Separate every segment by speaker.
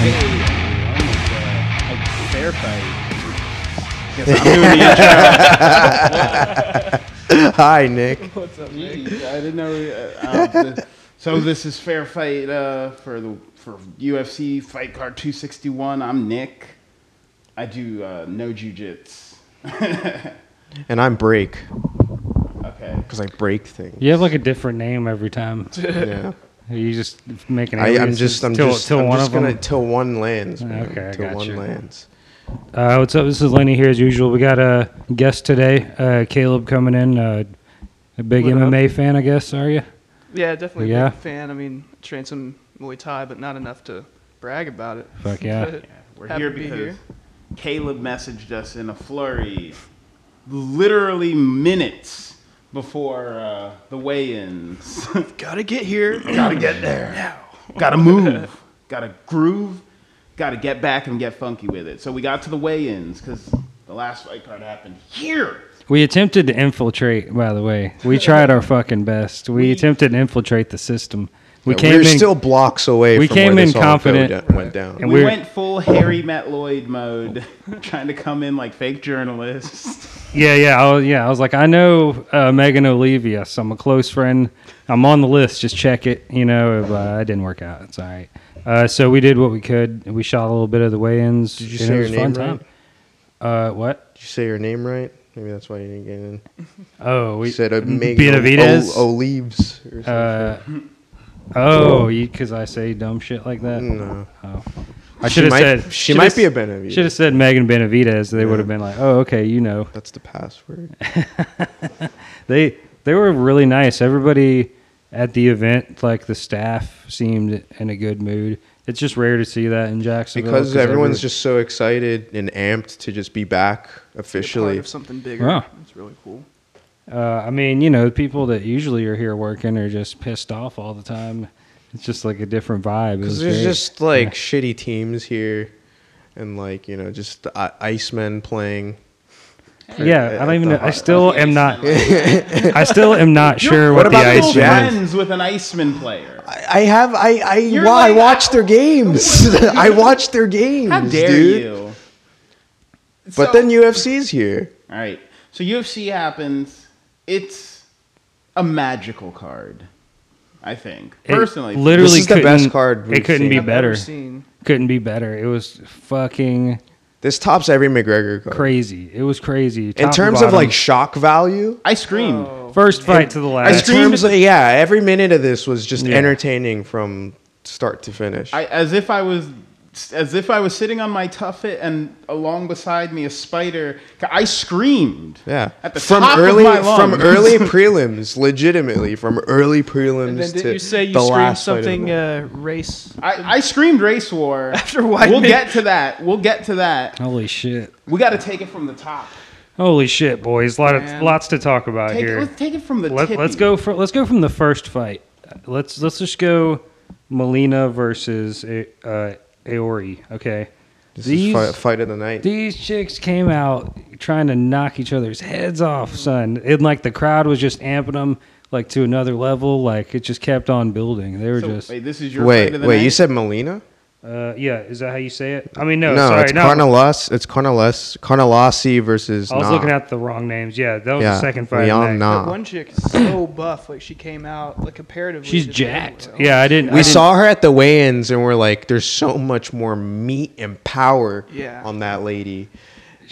Speaker 1: Oh, uh,
Speaker 2: I'm doing the
Speaker 3: Hi, Nick.
Speaker 1: What's up, Nick? I didn't know. Uh, um, th- so this is Fair Fight uh, for the for UFC Fight Card 261. I'm Nick. I do uh, no jujits.
Speaker 3: And I'm break
Speaker 1: Okay.
Speaker 3: because I break things.
Speaker 4: You have like a different name every time.
Speaker 3: Yeah.
Speaker 4: You just making.
Speaker 3: I, I'm
Speaker 4: aliases
Speaker 3: just I'm
Speaker 4: till,
Speaker 3: just
Speaker 4: till
Speaker 3: I'm
Speaker 4: one
Speaker 3: just
Speaker 4: of
Speaker 3: gonna
Speaker 4: them.
Speaker 3: till one lands. Man.
Speaker 4: Okay, I
Speaker 3: till
Speaker 4: got
Speaker 3: one
Speaker 4: you.
Speaker 3: lands.
Speaker 4: Uh, what's up? This is Lenny here as usual. We got a guest today, uh, Caleb coming in. Uh, a big
Speaker 5: What up?
Speaker 4: MMA fan, I guess. Are you?
Speaker 5: Yeah, definitely
Speaker 4: Yeah.
Speaker 5: a big fan. I mean, trained some Muay Thai, but not enough to brag about it.
Speaker 4: Fuck yeah.
Speaker 1: We're
Speaker 5: Happy
Speaker 1: here
Speaker 5: to be
Speaker 1: because
Speaker 5: here.
Speaker 1: Caleb messaged us in a flurry, literally minutes before uh, the weigh-ins.
Speaker 5: Gotta get here.
Speaker 1: gotta get there Gotta move. gotta groove. Gotta get back and get funky with it. So we got to the weigh-ins because the last fight card happened here.
Speaker 4: We attempted to infiltrate. By the way, we tried our fucking best. We attempted to infiltrate the system. We
Speaker 3: Yeah,
Speaker 4: came
Speaker 3: we're
Speaker 4: in
Speaker 3: still blocks away.
Speaker 4: we
Speaker 3: from
Speaker 4: came
Speaker 3: where
Speaker 4: in
Speaker 3: this all go
Speaker 4: confident.
Speaker 3: da- went down.
Speaker 4: And
Speaker 1: we
Speaker 4: we're-
Speaker 1: went full Harry Matt Lloyd mode, trying to come in like fake journalists.
Speaker 4: Yeah, yeah, I was, yeah. I was like, I know uh, Megan Olivia. So I'm a close friend. I'm on the list. Just check it. You know, if, uh, it didn't work out. It's all right. Uh, so we did what we could. We shot a little bit of the weigh-ins.
Speaker 3: Did you
Speaker 4: and
Speaker 3: say
Speaker 4: it
Speaker 3: your
Speaker 4: was a fun
Speaker 3: name right?
Speaker 4: time. Uh, what?
Speaker 3: Did you say your name right? Maybe that's why you didn't get in.
Speaker 4: Oh,
Speaker 3: You
Speaker 4: we
Speaker 3: said a
Speaker 4: M-
Speaker 3: Megan
Speaker 4: Benavidez.
Speaker 3: O- Olives. Or something.
Speaker 4: uh, oh, because I say dumb shit like that.
Speaker 3: no.
Speaker 4: Oh. I
Speaker 3: She
Speaker 4: should have
Speaker 3: might-
Speaker 4: said
Speaker 3: she might be a Benavidez.
Speaker 4: Should have said Megan Benavidez. They
Speaker 3: Yeah.
Speaker 4: would have been like, oh, okay, you know.
Speaker 3: That's the password.
Speaker 4: they they were really nice. Everybody at the event, like the staff, seemed in a good mood. It's just rare to see that in Jacksonville
Speaker 3: Because everyone's
Speaker 4: every-
Speaker 3: just so excited and amped to just be back
Speaker 5: Be a part
Speaker 3: officially.
Speaker 5: of something bigger.
Speaker 4: Wow.
Speaker 5: It's really cool.
Speaker 4: Uh, I mean, you know, the people that usually are here working are just pissed off all the time. It's just like a different vibe. It
Speaker 3: Because
Speaker 4: was
Speaker 3: there's
Speaker 4: very-
Speaker 3: just like shitty teams here, and like you know, just the I- Icemen playing.
Speaker 4: yeah. I don't even. know. I still am not.
Speaker 1: You're
Speaker 4: I still am not sure what,
Speaker 3: What about
Speaker 4: the
Speaker 3: the
Speaker 4: ice
Speaker 1: still
Speaker 3: old
Speaker 4: man.
Speaker 1: friends with an Iceman player.
Speaker 3: I have I I,
Speaker 1: You're
Speaker 3: wa- I
Speaker 1: like-
Speaker 3: watch their games. I watch their games.
Speaker 1: How dare
Speaker 3: dude.
Speaker 1: you? So-
Speaker 3: But then UFC's here.
Speaker 1: All right. So UFC happens. It's a magical card, I think.
Speaker 4: It
Speaker 1: Personally,
Speaker 4: literally
Speaker 3: This is the best
Speaker 4: couldn't-
Speaker 3: card we've
Speaker 4: It couldn't be
Speaker 3: seen.
Speaker 5: I've never
Speaker 4: better.
Speaker 5: Seen.
Speaker 4: Couldn't be better. It was fucking
Speaker 3: This tops every McGregor card.
Speaker 4: crazy. It was crazy. Top
Speaker 3: In
Speaker 4: and
Speaker 3: terms of
Speaker 4: bottom.
Speaker 3: like shock value,
Speaker 1: I screamed.
Speaker 5: Oh.
Speaker 4: first fight to the
Speaker 3: in
Speaker 4: last.
Speaker 1: screamed
Speaker 3: terms of, yeah, every minute of this was just
Speaker 4: Yeah.
Speaker 3: entertaining from start to finish.
Speaker 1: I, as if I was, as if I was sitting on my tuffet, and along beside me a spider. I screamed.
Speaker 3: yeah,
Speaker 1: At the
Speaker 3: from
Speaker 1: top of
Speaker 3: early
Speaker 1: my lungs.
Speaker 3: from early prelims, legitimately from early prelims.
Speaker 5: And then
Speaker 3: to
Speaker 5: did you say you
Speaker 3: the
Speaker 5: screamed
Speaker 3: last fight of the
Speaker 5: something
Speaker 3: night.
Speaker 5: uh, race?
Speaker 1: I, I screamed race war.
Speaker 5: After White
Speaker 1: we'll
Speaker 5: Man-
Speaker 1: get to that. We'll get to that.
Speaker 4: Holy shit.
Speaker 1: We got to take it from the top.
Speaker 4: Holy shit, boys! Lot of,
Speaker 5: Man.
Speaker 4: lots to talk about
Speaker 1: Take it,
Speaker 4: here.
Speaker 1: let's take it from the
Speaker 4: Let,
Speaker 1: tippy.
Speaker 4: let's go for let's go from the first fight. Let's let's just go Molina versus A- uh, Aori. Okay,
Speaker 3: This
Speaker 4: uh, these
Speaker 3: is fight, fight of the night.
Speaker 4: these chicks came out trying to knock each other's heads off, son. And like the crowd was just amping them like to another level. Like it just kept on building. They were
Speaker 1: So,
Speaker 4: just
Speaker 1: wait, this is your
Speaker 3: wait,
Speaker 1: fight of the
Speaker 3: wait,
Speaker 1: night?
Speaker 3: you said Molina?
Speaker 4: uh, yeah. Is that how you say it? I mean, no,
Speaker 3: no,
Speaker 4: sorry,
Speaker 3: it's
Speaker 4: no.
Speaker 3: Carnalas. It's Carnalas. Carnalasi versus.
Speaker 4: I was
Speaker 3: Nah.
Speaker 4: looking at the wrong names. Yeah, that was
Speaker 3: yeah,
Speaker 4: the second fight. of the
Speaker 3: Leon
Speaker 4: night.
Speaker 3: Nah.
Speaker 5: That one chick is so buff. Like she came out like comparatively.
Speaker 4: She's
Speaker 5: to the other
Speaker 4: jacked.
Speaker 5: one.
Speaker 4: Yeah, I didn't. I
Speaker 3: We
Speaker 4: didn't-
Speaker 3: saw her at the weigh-ins and we're like, there's so much more meat and power
Speaker 5: Yeah.
Speaker 3: on that lady.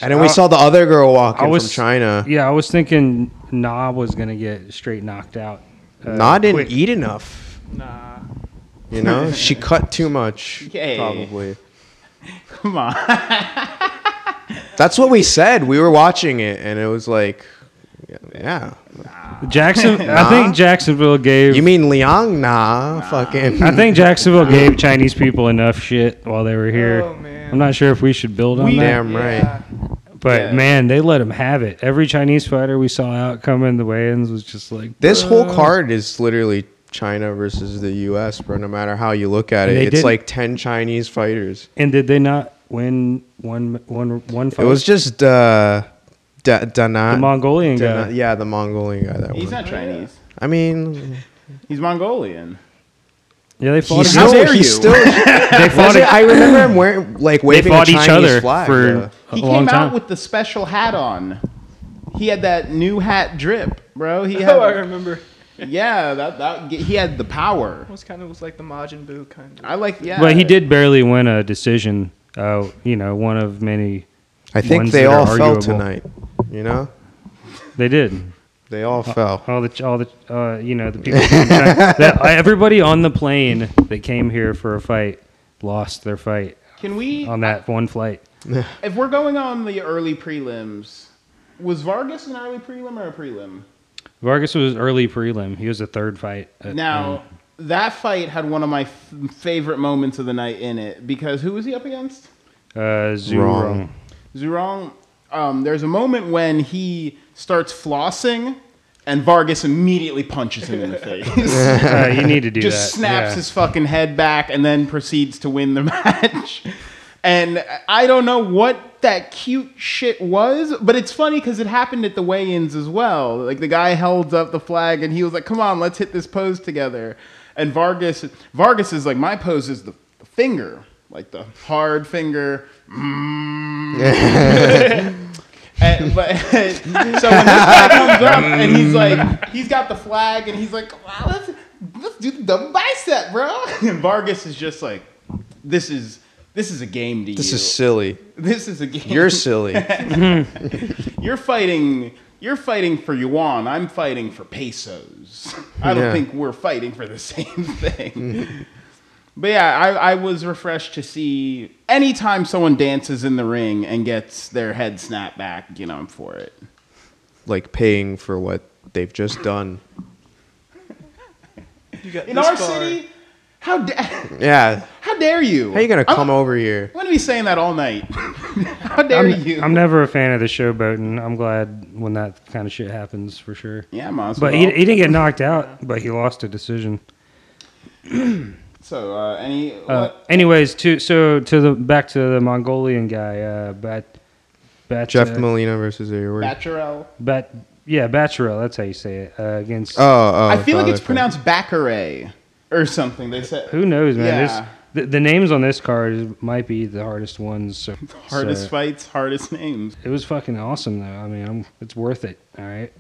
Speaker 3: And then we
Speaker 4: I-
Speaker 3: saw the other girl walking
Speaker 4: I was-
Speaker 3: from China.
Speaker 4: Yeah, I was thinking Na was gonna get straight knocked out. uh,
Speaker 3: Nah didn't
Speaker 4: quick.
Speaker 3: eat enough.
Speaker 5: Nah.
Speaker 3: You know, she cut too much.
Speaker 1: Yay.
Speaker 3: Probably.
Speaker 1: Come on.
Speaker 3: That's what we said. We were watching it, and it was like, yeah.
Speaker 4: Jackson, I
Speaker 3: Nah?
Speaker 4: think Jacksonville gave.
Speaker 3: You mean Liang? Nah, fucking.
Speaker 4: I think Jacksonville gave Chinese people enough shit while they were here.
Speaker 5: Oh, man.
Speaker 4: I'm not sure if we should build on
Speaker 1: We-
Speaker 4: that,
Speaker 3: damn right.
Speaker 5: Yeah.
Speaker 4: but
Speaker 1: Yeah.
Speaker 4: man, they let them have it. Every Chinese fighter we saw out coming the weigh-ins was just like
Speaker 3: This whole
Speaker 4: "Bruh."
Speaker 3: card is literally China versus the U.S., bro. No matter how you look at it,
Speaker 4: They
Speaker 3: it's
Speaker 4: didn't-
Speaker 3: like ten Chinese fighters.
Speaker 4: And did they not win one one one fight?
Speaker 3: It was just uh, da- Dana,
Speaker 4: the Mongolian
Speaker 3: Dana-
Speaker 4: guy.
Speaker 3: Yeah,
Speaker 4: Oh,
Speaker 3: the Mongolian guy. That
Speaker 1: He's
Speaker 3: one.
Speaker 1: not Chinese.
Speaker 3: I mean,
Speaker 1: He's Mongolian.
Speaker 4: Yeah, they fought.
Speaker 3: He's
Speaker 4: against-
Speaker 3: still,
Speaker 1: dare
Speaker 3: he's
Speaker 1: you.
Speaker 3: still.
Speaker 4: they
Speaker 3: Was
Speaker 4: fought.
Speaker 3: it, I
Speaker 4: ag-
Speaker 3: remember him wearing like
Speaker 4: They
Speaker 3: waving a
Speaker 4: fought
Speaker 3: Chinese
Speaker 4: each other
Speaker 3: flag.
Speaker 4: for
Speaker 3: yeah.
Speaker 4: a
Speaker 1: He
Speaker 4: long
Speaker 1: came
Speaker 4: time.
Speaker 1: out with the special hat on. He had that new hat drip, bro. He had,
Speaker 5: Oh, I remember.
Speaker 1: yeah, that, that he had the power.
Speaker 5: It was kind of was like the Majin Buu kind of.
Speaker 1: I like, yeah.
Speaker 4: But he did barely win a decision. Uh, you know, one of many.
Speaker 3: I think
Speaker 4: ones
Speaker 3: they
Speaker 4: that
Speaker 3: all
Speaker 4: are
Speaker 3: fell
Speaker 4: arguable.
Speaker 3: tonight. You know,
Speaker 4: They did.
Speaker 3: they all
Speaker 4: Uh,
Speaker 3: fell.
Speaker 4: All the, all the, uh, you know, the people. from China- that, uh, everybody on the plane that came here for a fight lost their fight
Speaker 1: Can we?
Speaker 4: on that one flight.
Speaker 1: If we're going on the early prelims, was Vargas an early prelim or a prelim?
Speaker 4: Vargas was early prelim. He was the third fight. at-
Speaker 1: Now
Speaker 4: Mm.
Speaker 1: that fight had one of my f- favorite moments of the night in it because who was he up against?
Speaker 4: uh, Zhu
Speaker 3: Wrong.
Speaker 4: Rong.
Speaker 1: Zurong. Um, there's a moment when he starts flossing, and Vargas immediately punches him in the face.
Speaker 4: Uh, you need to do
Speaker 1: just
Speaker 4: that.
Speaker 1: snaps
Speaker 4: yeah.
Speaker 1: his fucking head back and then proceeds to win the match. And I don't know what that cute shit was, but it's funny because it happened at the weigh-ins as well. Like the guy held up the flag and he was like, "Come on, let's hit this pose together." And Vargas, Vargas is like, "My pose is the finger, like the hard finger." Mm. And, Eh, but so when this guy comes up and he's like, he's got the flag and he's like, wow, let's, let's do the double bicep, bro. And Vargas is just like, this is this is a game to
Speaker 3: This
Speaker 1: you.
Speaker 3: is silly.
Speaker 1: this is a game.
Speaker 3: You're silly.
Speaker 1: You're fighting. You're fighting for yuan. I'm fighting for pesos. I don't
Speaker 3: Yeah.
Speaker 1: think we're fighting for the same thing. but yeah, I, I was refreshed to see anytime someone dances in the ring and gets their head snapped back. You know, I'm for it.
Speaker 3: like paying for what they've just done.
Speaker 5: You got
Speaker 1: In
Speaker 5: this
Speaker 1: our
Speaker 5: far.
Speaker 1: city, how da-
Speaker 3: Yeah.
Speaker 1: how dare you?
Speaker 3: How you gonna come
Speaker 1: I'm,
Speaker 3: over here?
Speaker 1: I'm gonna be saying that all night. how dare you?
Speaker 4: I'm, I'm never a fan of the showboating. I'm glad when that kind of shit happens for sure.
Speaker 1: yeah, might as
Speaker 4: But
Speaker 1: well.
Speaker 4: he, he didn't get knocked out, but he lost a decision.
Speaker 1: so uh, any
Speaker 4: Uh,
Speaker 1: what?
Speaker 4: anyways, to so to the back to the Mongolian guy, uh, Bat, Bat,
Speaker 3: Jeff
Speaker 4: uh,
Speaker 3: Molina versus Aoyori.
Speaker 1: Bacharel.
Speaker 4: Bat, yeah, Bacharel. That's how you say it. Uh, against
Speaker 3: oh, oh,
Speaker 1: I feel like
Speaker 3: thought
Speaker 1: it's
Speaker 3: I-
Speaker 1: pronounced Baccaray or something. They said
Speaker 4: who knows, man.
Speaker 1: Yeah.
Speaker 4: This- The, the names on this card is, might be the hardest ones. So,
Speaker 1: hardest
Speaker 4: so-
Speaker 1: fights, hardest names.
Speaker 4: It was fucking awesome, though. I mean, I'm, it's worth it. All right.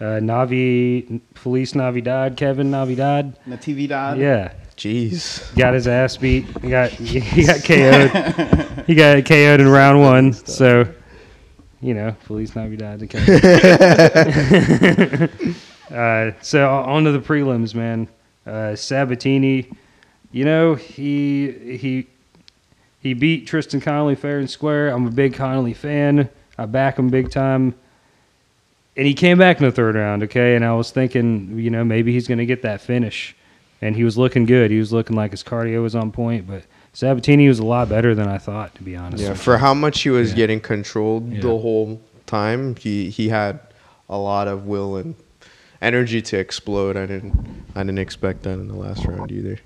Speaker 4: Uh, Navi, Felice Navidad, Kevin Navidad.
Speaker 1: Natividad.
Speaker 4: Yeah.
Speaker 3: Jeez.
Speaker 4: Got his ass beat. He got, he got KO'd. he got KO'd in round one. So, you know, Felice Navidad. to Kevin. uh, so, on to the prelims, man. Uh, Sabatini, you know, he, he, he beat Tristan Connolly fair and square. I'm a big Connolly fan. I back him big time. And he came back in the third round, okay? And I was thinking, you know, maybe he's going to get that finish. And he was looking good. He was looking like his cardio was on point, but Sabatini was a lot better than I thought, to be honest.
Speaker 3: Yeah. For how much he was getting controlled
Speaker 4: Yeah.
Speaker 3: the whole time, he he had a lot of will and energy to explode. I didn't I didn't expect that in the last round either.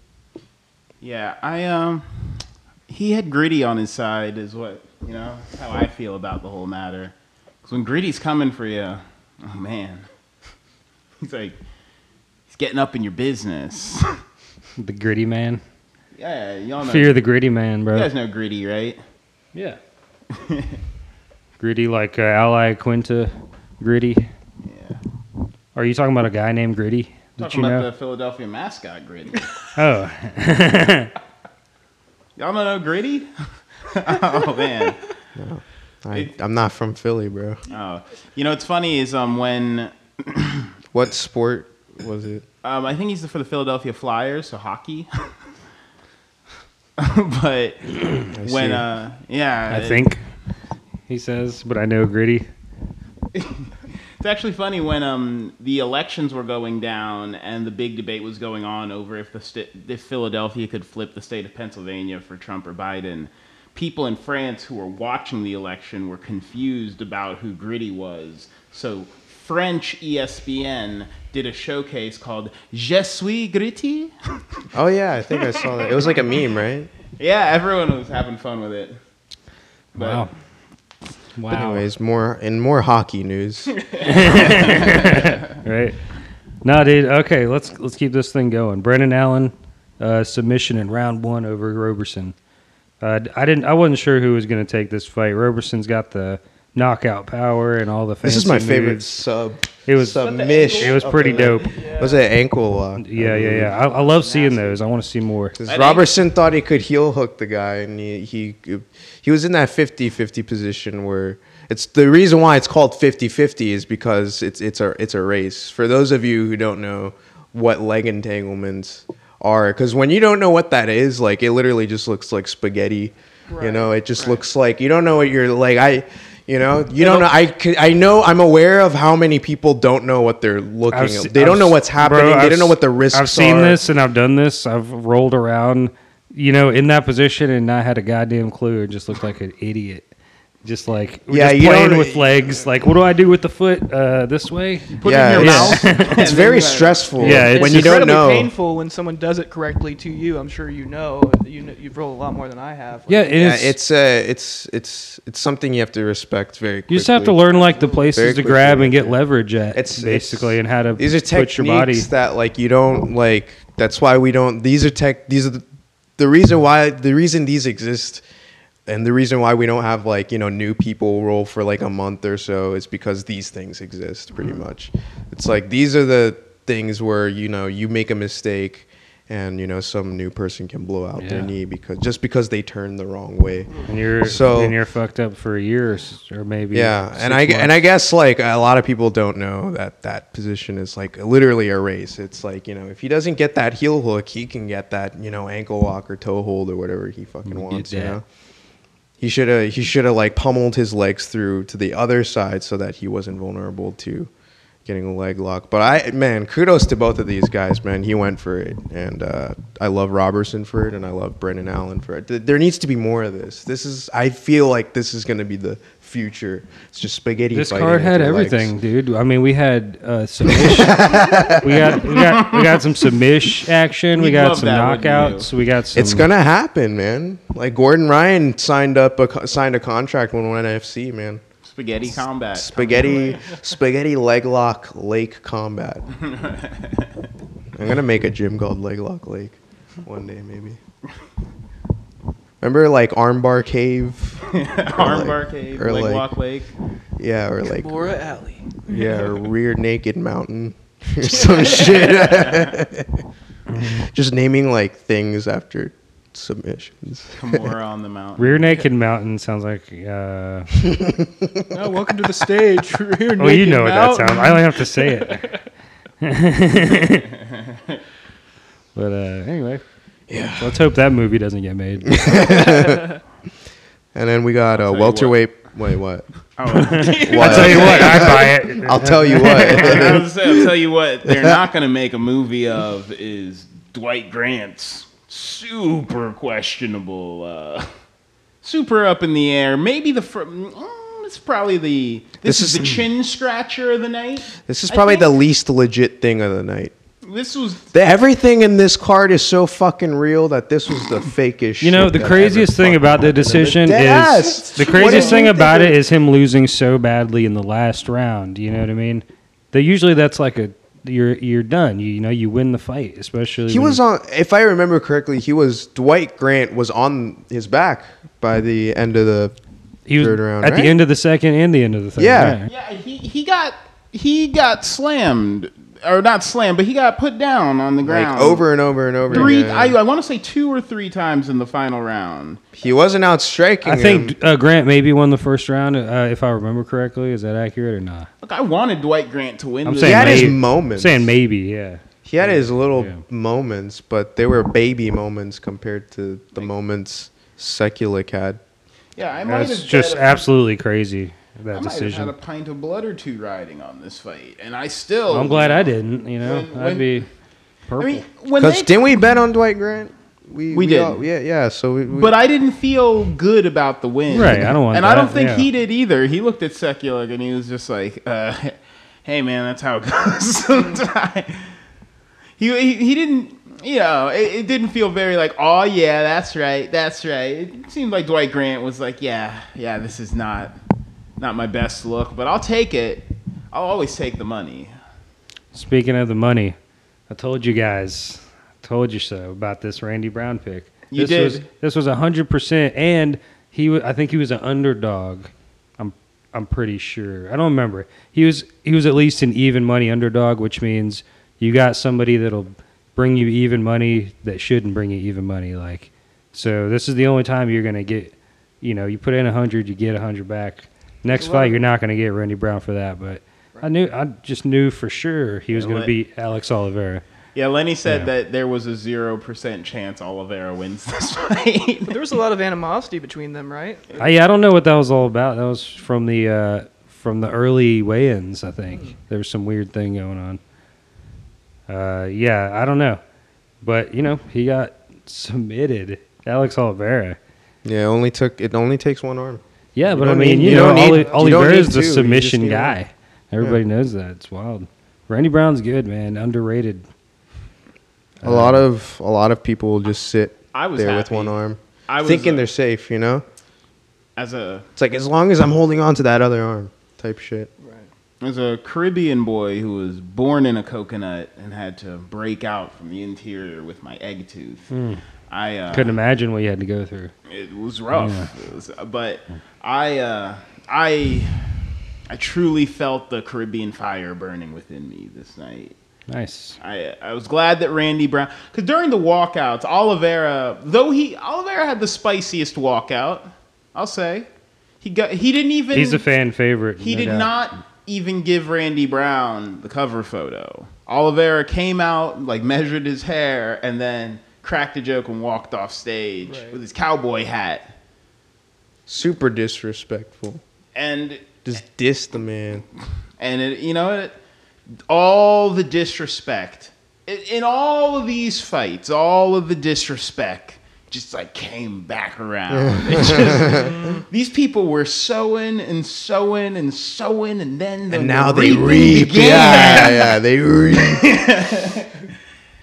Speaker 1: Yeah, I um, he had gritty on his side, is what you know. that's How I feel about the whole matter. Because when gritty's coming for you, oh man, he's like, he's getting up in your business.
Speaker 4: the gritty man.
Speaker 1: yeah, y'all know.
Speaker 4: Fear the gritty man, bro.
Speaker 1: You guys know gritty, right?
Speaker 4: Yeah. gritty like uh, Ally Quinta Gritty.
Speaker 1: Yeah.
Speaker 4: Are you talking about a guy named Gritty? Did
Speaker 1: Talking
Speaker 4: you
Speaker 1: about
Speaker 4: know?
Speaker 1: the Philadelphia mascot gritty.
Speaker 4: oh,
Speaker 1: y'all don't know gritty? oh man.
Speaker 3: I, I'm not from Philly, bro.
Speaker 1: Oh, you know what's funny is um when
Speaker 3: What sport was it?
Speaker 1: Um, I think he's for the Philadelphia Flyers, so hockey. but when,
Speaker 3: see.
Speaker 1: uh, yeah,
Speaker 4: I
Speaker 1: it-
Speaker 4: think he says, but I know Gritty.
Speaker 1: it's actually funny when um, the elections were going down and the big debate was going on over if the st- if Philadelphia could flip the state of Pennsylvania for Trump or Biden. People in France who were watching the election were confused about who Gritty was. So French E ESPN did a showcase called Je suis Gritty.
Speaker 3: Oh yeah, I think I saw that. It was like a meme, right?
Speaker 1: Yeah, everyone was having fun with it. But
Speaker 4: Wow.
Speaker 3: But
Speaker 4: Wow.
Speaker 3: anyways, more and more hockey news.
Speaker 4: right. No, dude. Okay, let's let's keep this thing going. Brendan Allen uh, submission in round one over Roberson. Uh, I didn't. I wasn't sure who was going to take this fight. Roberson's got the knockout power and all the. Fancy
Speaker 3: This is my favorite
Speaker 4: moves.
Speaker 3: sub.
Speaker 4: It was-
Speaker 3: submission.
Speaker 4: It was pretty dope.
Speaker 3: Was it ankle uh, lock?
Speaker 4: Yeah, yeah, yeah. I, I love seeing those. I want to see more.
Speaker 3: 'Cause Robertson thought he could heel hook the guy, and he he, he was in that 50-50 position where it's the reason why it's called 50-50 is because it's it's a it's a race. For those of you who don't know what leg entanglements are, because when you don't know what that is, like it literally just looks like spaghetti. You know, it just looks like you don't know what you're like. I. You know, you don't know. I, c- I know. I'm aware of how many people don't know what they're looking.
Speaker 4: I've
Speaker 3: at.
Speaker 4: se-
Speaker 3: They don't
Speaker 4: I've
Speaker 3: know
Speaker 4: s-
Speaker 3: what's
Speaker 4: bro,
Speaker 3: happening. they
Speaker 4: I've
Speaker 3: don't know
Speaker 4: s-
Speaker 3: what the risks.
Speaker 4: I've seen
Speaker 3: are.
Speaker 4: this and I've done this. I've rolled around, you know, in that position and not had a goddamn clue and just looked like an idiot. Just like we're
Speaker 3: Yeah,
Speaker 4: just
Speaker 3: you
Speaker 4: playing
Speaker 3: don't-
Speaker 4: with legs. Like, what do I do with the foot? Uh, this way.
Speaker 1: Put it in your
Speaker 3: it's,
Speaker 1: mouth.
Speaker 3: it's very stressful.
Speaker 4: Yeah,
Speaker 3: Yeah,
Speaker 4: it's
Speaker 3: when you don't
Speaker 5: incredibly
Speaker 3: know.
Speaker 5: painful when someone does it correctly to you. I'm sure you know. You know, you've rolled a lot more than I have.
Speaker 4: Yeah, it
Speaker 3: Yeah,
Speaker 4: is.
Speaker 3: it's uh, it's it's it's something you have to respect very. Quickly.
Speaker 4: you just have to learn like the places
Speaker 3: Very
Speaker 4: to grab
Speaker 3: quickly.
Speaker 4: and get leverage at.
Speaker 3: It's
Speaker 4: It's
Speaker 3: it's-
Speaker 4: basically and how to
Speaker 3: These are
Speaker 4: put
Speaker 3: techniques
Speaker 4: your body.
Speaker 3: that like you don't like. That's why we don't. These are tech. These are the, the reason why the reason these exist, and the reason why we don't have like you know new people roll for like a month or so is because these things exist pretty
Speaker 4: Mm-hmm.
Speaker 3: much. It's like these are the things where you know you make a mistake. And you know some new person can blow out their
Speaker 4: Yeah. Mm.
Speaker 3: knee because just because they turn the wrong way.
Speaker 4: and you're
Speaker 3: So-
Speaker 4: and you're fucked up for a year or, s- or maybe
Speaker 3: Yeah,
Speaker 4: six
Speaker 3: and I and
Speaker 4: months.
Speaker 3: I guess like a lot of people don't know that that position is like literally a race. It's like you know if he doesn't get that heel hook, he can get that you know ankle lock or toe hold or whatever he fucking
Speaker 4: Mm,
Speaker 3: wants. You
Speaker 4: that.
Speaker 3: know, he should have he should have like pummeled his legs through to the other side so that he wasn't vulnerable to getting a leg lock. But I man, kudos to both of these guys, man. He went for it, and uh, I love Robertson for it, and I love Brendan Allen for it. Th- There needs to be more of this. This is I feel like this is going to be the future. It's just spaghetti.
Speaker 4: This
Speaker 3: fighting
Speaker 4: card
Speaker 3: with
Speaker 4: had
Speaker 3: your legs.
Speaker 4: everything, dude. I mean, we had uh, submission. we got we got we got some submission action. We
Speaker 1: You'd
Speaker 4: got
Speaker 1: love
Speaker 4: some
Speaker 1: that, wouldn't you?
Speaker 4: knockouts. We got some.
Speaker 3: It's gonna happen, man. Like Gordon Ryan signed up a co- signed a contract when went NFC, man.
Speaker 1: Spaghetti combat.
Speaker 3: Spaghetti, spaghetti leg lock lake combat. I'm gonna make a gym called Leg Lock Lake, one day maybe. Remember like Armbar Cave?
Speaker 1: Arm barcade.
Speaker 3: or
Speaker 1: Leg
Speaker 3: like-
Speaker 1: walk lake.
Speaker 3: Yeah, or like
Speaker 5: Laura Alley.
Speaker 3: yeah, or Rear Naked Mountain or some shit. Just naming like things after submissions.
Speaker 1: Kimura on the mountain.
Speaker 4: rear naked mountain. Sounds like. Uh,
Speaker 5: No, welcome to the stage. We're here
Speaker 4: oh, you
Speaker 5: naked
Speaker 4: know what that
Speaker 5: out.
Speaker 4: sounds. I don't have to say it. but uh, anyway,
Speaker 3: Yeah.
Speaker 4: let's hope that movie doesn't get made.
Speaker 3: And then we got uh,
Speaker 1: you what.
Speaker 3: welterweight. Wait, what?
Speaker 1: Oh,
Speaker 4: I'll tell you what, I buy it.
Speaker 3: I'll tell you what.
Speaker 1: I was- I'll tell you what, they're not going to make a movie of is Dwight Grant's super questionable, uh, super up in the air. Maybe the fir- mm, it's probably the this,
Speaker 3: This
Speaker 1: is,
Speaker 3: is-
Speaker 1: the chin scratcher of the night.
Speaker 3: This is
Speaker 1: I
Speaker 3: probably the
Speaker 1: think.
Speaker 3: least legit thing of the night.
Speaker 1: This was
Speaker 3: The, everything in this card is so fucking real that this was the fakest.
Speaker 4: You know, the craziest thing about the decision
Speaker 3: Yes!
Speaker 4: is the
Speaker 3: What
Speaker 4: craziest
Speaker 3: did
Speaker 4: thing
Speaker 3: you
Speaker 4: about
Speaker 3: think
Speaker 4: it is him losing so badly in the last round. You know what I mean? They usually that's like a you're you're done. You, you know, you win the fight, especially
Speaker 3: He
Speaker 4: when-
Speaker 3: was on, if I remember correctly, he was Dwight Grant was on his back by the end of the
Speaker 4: he was
Speaker 3: third round,
Speaker 4: at
Speaker 3: right?
Speaker 4: the end of the second and the end of the third.
Speaker 3: Yeah.
Speaker 1: yeah. He he got he got slammed or not slammed, but he got put down on the
Speaker 3: like
Speaker 1: ground
Speaker 3: over and over and over.
Speaker 1: three.
Speaker 3: again.
Speaker 1: I, I want to say two or three times in the final round.
Speaker 3: he wasn't out striking.
Speaker 4: I
Speaker 3: him.
Speaker 4: think uh, Grant maybe won the first round, uh, if I remember correctly. Is that accurate or not?
Speaker 1: Look, I wanted Dwight Grant to win.
Speaker 4: I'm
Speaker 1: this.
Speaker 4: saying
Speaker 3: he had his
Speaker 4: maybe. I'm
Speaker 3: moments.
Speaker 4: saying maybe, yeah.
Speaker 3: He had his little
Speaker 4: Yeah.
Speaker 3: moments, but they were baby moments compared to the moments Sekulik had.
Speaker 1: yeah, I might
Speaker 4: That's
Speaker 1: have
Speaker 4: just
Speaker 1: bet a-
Speaker 4: absolutely crazy that
Speaker 1: I might
Speaker 4: decision.
Speaker 1: have had a pint of blood or two riding on this fight, and I still.
Speaker 4: I'm glad I didn't. You know,
Speaker 1: When- when-
Speaker 4: I'd be
Speaker 1: I
Speaker 4: purple.
Speaker 1: mean, when
Speaker 3: Because
Speaker 1: they,
Speaker 3: didn't we bet on Dwight Grant? We,
Speaker 1: did.
Speaker 3: all- yeah, yeah. So we, we,
Speaker 1: but I didn't feel good about the win.
Speaker 4: Right, I don't want
Speaker 1: And I don't
Speaker 4: that,
Speaker 1: think
Speaker 4: yeah.
Speaker 1: he did either. He looked at Sekulik and he was just like, uh, "Hey, man, that's how it goes." sometimes." he, he he didn't. You know, it, it didn't feel very like, oh yeah, that's right, that's right. It seemed like Dwight Grant was like, yeah, yeah, this is not not my best look, but I'll take it. I'll always take the money.
Speaker 4: Speaking of the money, I told you guys, I told you so about this Randy Brown pick.
Speaker 1: You
Speaker 4: this
Speaker 1: did.
Speaker 4: Was, this was hundred percent, and he. wa- I think he was an underdog. I'm. I'm pretty sure. I don't remember. He was. He was at least an even money underdog, which means you got somebody that'll bring you even money that shouldn't bring you even money. Like, so this is the only time you're gonna get. You know, you put in a hundred, you get a hundred back. Next
Speaker 5: Well-
Speaker 4: fight, you're not gonna get Randy Brown for that, but. I knew. I just knew for sure he was
Speaker 1: Yeah,
Speaker 4: going
Speaker 1: what-
Speaker 4: to beat Alex Oliveira.
Speaker 1: Yeah, Lenny said
Speaker 4: Yeah.
Speaker 1: that there was a zero percent chance Oliveira wins this fight.
Speaker 5: But there was a lot of animosity between them, right?
Speaker 4: I, I don't know what that was all about. That was from the uh, from the early weigh-ins. I think there was some weird thing going on. Uh, yeah, I don't know, but you know he got submitted. Alex Oliveira.
Speaker 3: Yeah, it only took it only takes one arm.
Speaker 4: Yeah,
Speaker 3: You
Speaker 4: but I
Speaker 3: don't
Speaker 4: mean,
Speaker 3: need-
Speaker 4: you,
Speaker 3: you
Speaker 4: know,
Speaker 3: don't need-
Speaker 4: Oli-
Speaker 3: you don't
Speaker 4: Oliveira
Speaker 3: need
Speaker 4: is the
Speaker 3: two, you just
Speaker 4: submission
Speaker 3: need one.
Speaker 4: guy. Everybody knows that. It's wild. Randy Brown's good, man. Underrated.
Speaker 3: A
Speaker 4: Uh,
Speaker 3: lot of a lot of people will just sit
Speaker 1: I was
Speaker 3: there with
Speaker 1: happy.
Speaker 3: one arm,
Speaker 1: I was
Speaker 3: thinking
Speaker 1: uh,
Speaker 3: they're safe. You know,
Speaker 1: as a
Speaker 3: it's like as long as I'm holding on to that other arm, type shit.
Speaker 5: Right.
Speaker 1: as a Caribbean boy who was born in a coconut and had to break out from the interior with my egg tooth. I uh,
Speaker 4: Hmm. Couldn't imagine what you had to go through.
Speaker 1: it was rough It was- but i uh i i truly felt the caribbean fire burning within me this night
Speaker 4: Nice.
Speaker 1: I, I was glad that Randy Brown because during the walkouts, Oliveira though he Oliveira had the spiciest walkout, I'll say he got he didn't even
Speaker 4: He's a fan favorite.
Speaker 1: he
Speaker 4: no
Speaker 1: did
Speaker 4: doubt.
Speaker 1: not even give Randy Brown the cover photo. Oliveira came out, like measured his hair, and then cracked a joke and walked off stage
Speaker 5: Right.
Speaker 1: with his cowboy hat.
Speaker 3: Super disrespectful.
Speaker 1: And
Speaker 4: Eh.
Speaker 3: Just diss the man.
Speaker 1: and it, you know it, all the disrespect in, in all of these fights, all of the disrespect just like came back around. It just, these people were sowing and sowing and sowing, and then the
Speaker 3: And now they
Speaker 1: reaping
Speaker 3: reap.
Speaker 1: began.
Speaker 3: Yeah, yeah, they reap.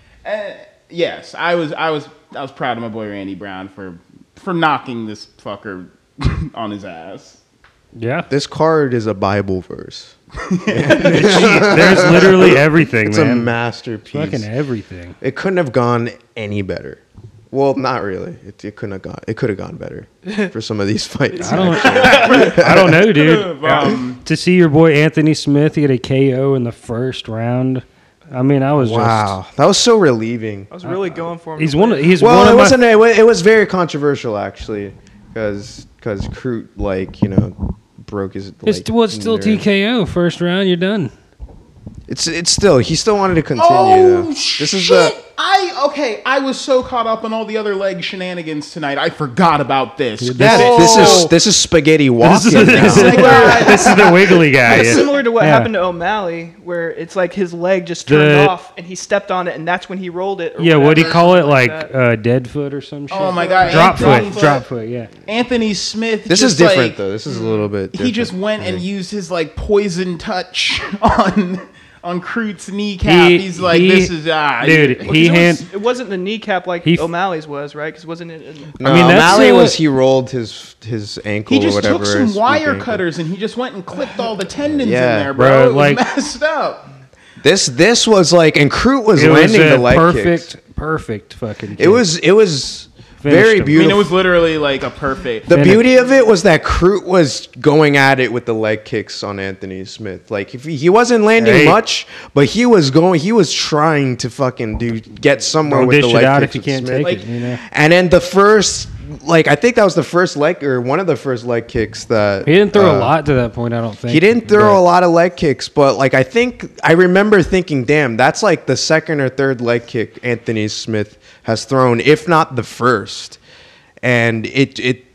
Speaker 1: Yes, I was, I was, I was proud of my boy Randy Brown for for knocking this fucker on his ass.
Speaker 4: Yeah.
Speaker 3: this card is a Bible verse.
Speaker 4: There's literally everything,
Speaker 3: It's a
Speaker 4: man.
Speaker 3: masterpiece.
Speaker 4: Fucking everything.
Speaker 3: It couldn't have gone any better. Well, not really. It, it couldn't have gone. It could have gone better for some of these fights.
Speaker 4: I don't, I don't know, dude.
Speaker 1: Um,
Speaker 4: to see your boy Anthony Smith get a KO in the first round, I mean, I was
Speaker 3: wow, that was so relieving.
Speaker 5: I was really going for him.
Speaker 4: just. Uh, He's
Speaker 5: to
Speaker 4: one.
Speaker 5: win.
Speaker 4: Of, he's
Speaker 3: Well,
Speaker 4: one
Speaker 3: it
Speaker 4: of
Speaker 3: wasn't.
Speaker 4: my,
Speaker 3: It, wa- it was very controversial, actually, because because Crute, like you know, broke his. Like,
Speaker 4: it's, well, it's still
Speaker 3: nerve.
Speaker 4: TKO. First round, you're done.
Speaker 3: It's it's still. He still wanted to continue.
Speaker 1: Oh
Speaker 3: though.
Speaker 1: shit!
Speaker 3: This is the.
Speaker 1: I okay. I was so caught up in all the other leg shenanigans tonight. I forgot about this.
Speaker 3: That,
Speaker 1: Oh.
Speaker 3: This is this is spaghetti walking. now.
Speaker 4: this is the wiggly guy.
Speaker 5: It's similar to what
Speaker 4: Yeah.
Speaker 5: happened to O'Malley, where it's like his leg just turned
Speaker 4: The-
Speaker 5: off and he stepped on it, and that's when he rolled it. or
Speaker 4: Yeah, what do you
Speaker 5: whatever,
Speaker 4: call it?
Speaker 5: something
Speaker 4: Like
Speaker 5: that.
Speaker 4: uh, dead foot or some shit?
Speaker 1: Oh my god!
Speaker 4: Drop
Speaker 1: Anthony-
Speaker 4: foot. Drop foot, yeah.
Speaker 1: Anthony Smith.
Speaker 3: This
Speaker 1: just
Speaker 3: is different
Speaker 1: like,
Speaker 3: though. This is a little bit. Different.
Speaker 1: He just went and used his like poison touch on on Crute's kneecap.
Speaker 4: He-
Speaker 1: He's like,
Speaker 4: he-
Speaker 1: this is ah,
Speaker 4: Dude,
Speaker 5: Well,
Speaker 4: he
Speaker 5: 'cause it was-
Speaker 4: hand.
Speaker 5: It wasn't the kneecap like
Speaker 4: He f-
Speaker 5: O'Malley's was, right? Because wasn't it? In,
Speaker 3: No,
Speaker 4: I mean, that's
Speaker 3: O'Malley
Speaker 4: the-
Speaker 3: was he rolled his his ankle
Speaker 1: He
Speaker 3: or
Speaker 1: just
Speaker 3: whatever.
Speaker 1: took some
Speaker 3: his weak
Speaker 1: wire
Speaker 3: ankle.
Speaker 1: cutters and he just went and clipped all the tendons
Speaker 3: Yeah,
Speaker 1: in there, bro.
Speaker 4: bro,
Speaker 1: It was
Speaker 4: like-
Speaker 1: messed up.
Speaker 3: This this was like and Crute was
Speaker 4: It was
Speaker 3: landing
Speaker 4: a
Speaker 3: the leg
Speaker 4: perfect,
Speaker 3: kicks.
Speaker 4: perfect fucking.
Speaker 3: It was it was
Speaker 4: Finished him. I
Speaker 3: very
Speaker 1: I
Speaker 4: mean,
Speaker 1: mean, it
Speaker 3: beautiful.
Speaker 1: was literally like a perfect.
Speaker 3: the
Speaker 4: Finish.
Speaker 3: beauty of it was that Crute was going at it with the leg kicks on Anthony Smith. Like if he, he wasn't landing
Speaker 4: Hey.
Speaker 3: much, but he was going. He was trying to fucking do get somewhere
Speaker 4: Don't
Speaker 3: with the
Speaker 4: dish it
Speaker 3: leg
Speaker 4: out
Speaker 3: kicks
Speaker 4: if you
Speaker 3: with
Speaker 4: can't
Speaker 3: Smith.
Speaker 4: take it, you know?
Speaker 3: And then the first, like I think that was the first leg or one of the first leg kicks that
Speaker 4: He didn't throw a
Speaker 3: uh,
Speaker 4: lot to that point, I don't think.
Speaker 3: He didn't throw a
Speaker 4: but-
Speaker 3: lot of leg kicks, but like I think I remember thinking, "Damn, that's like the second or third leg kick Anthony Smith has thrown, if not the first. And it it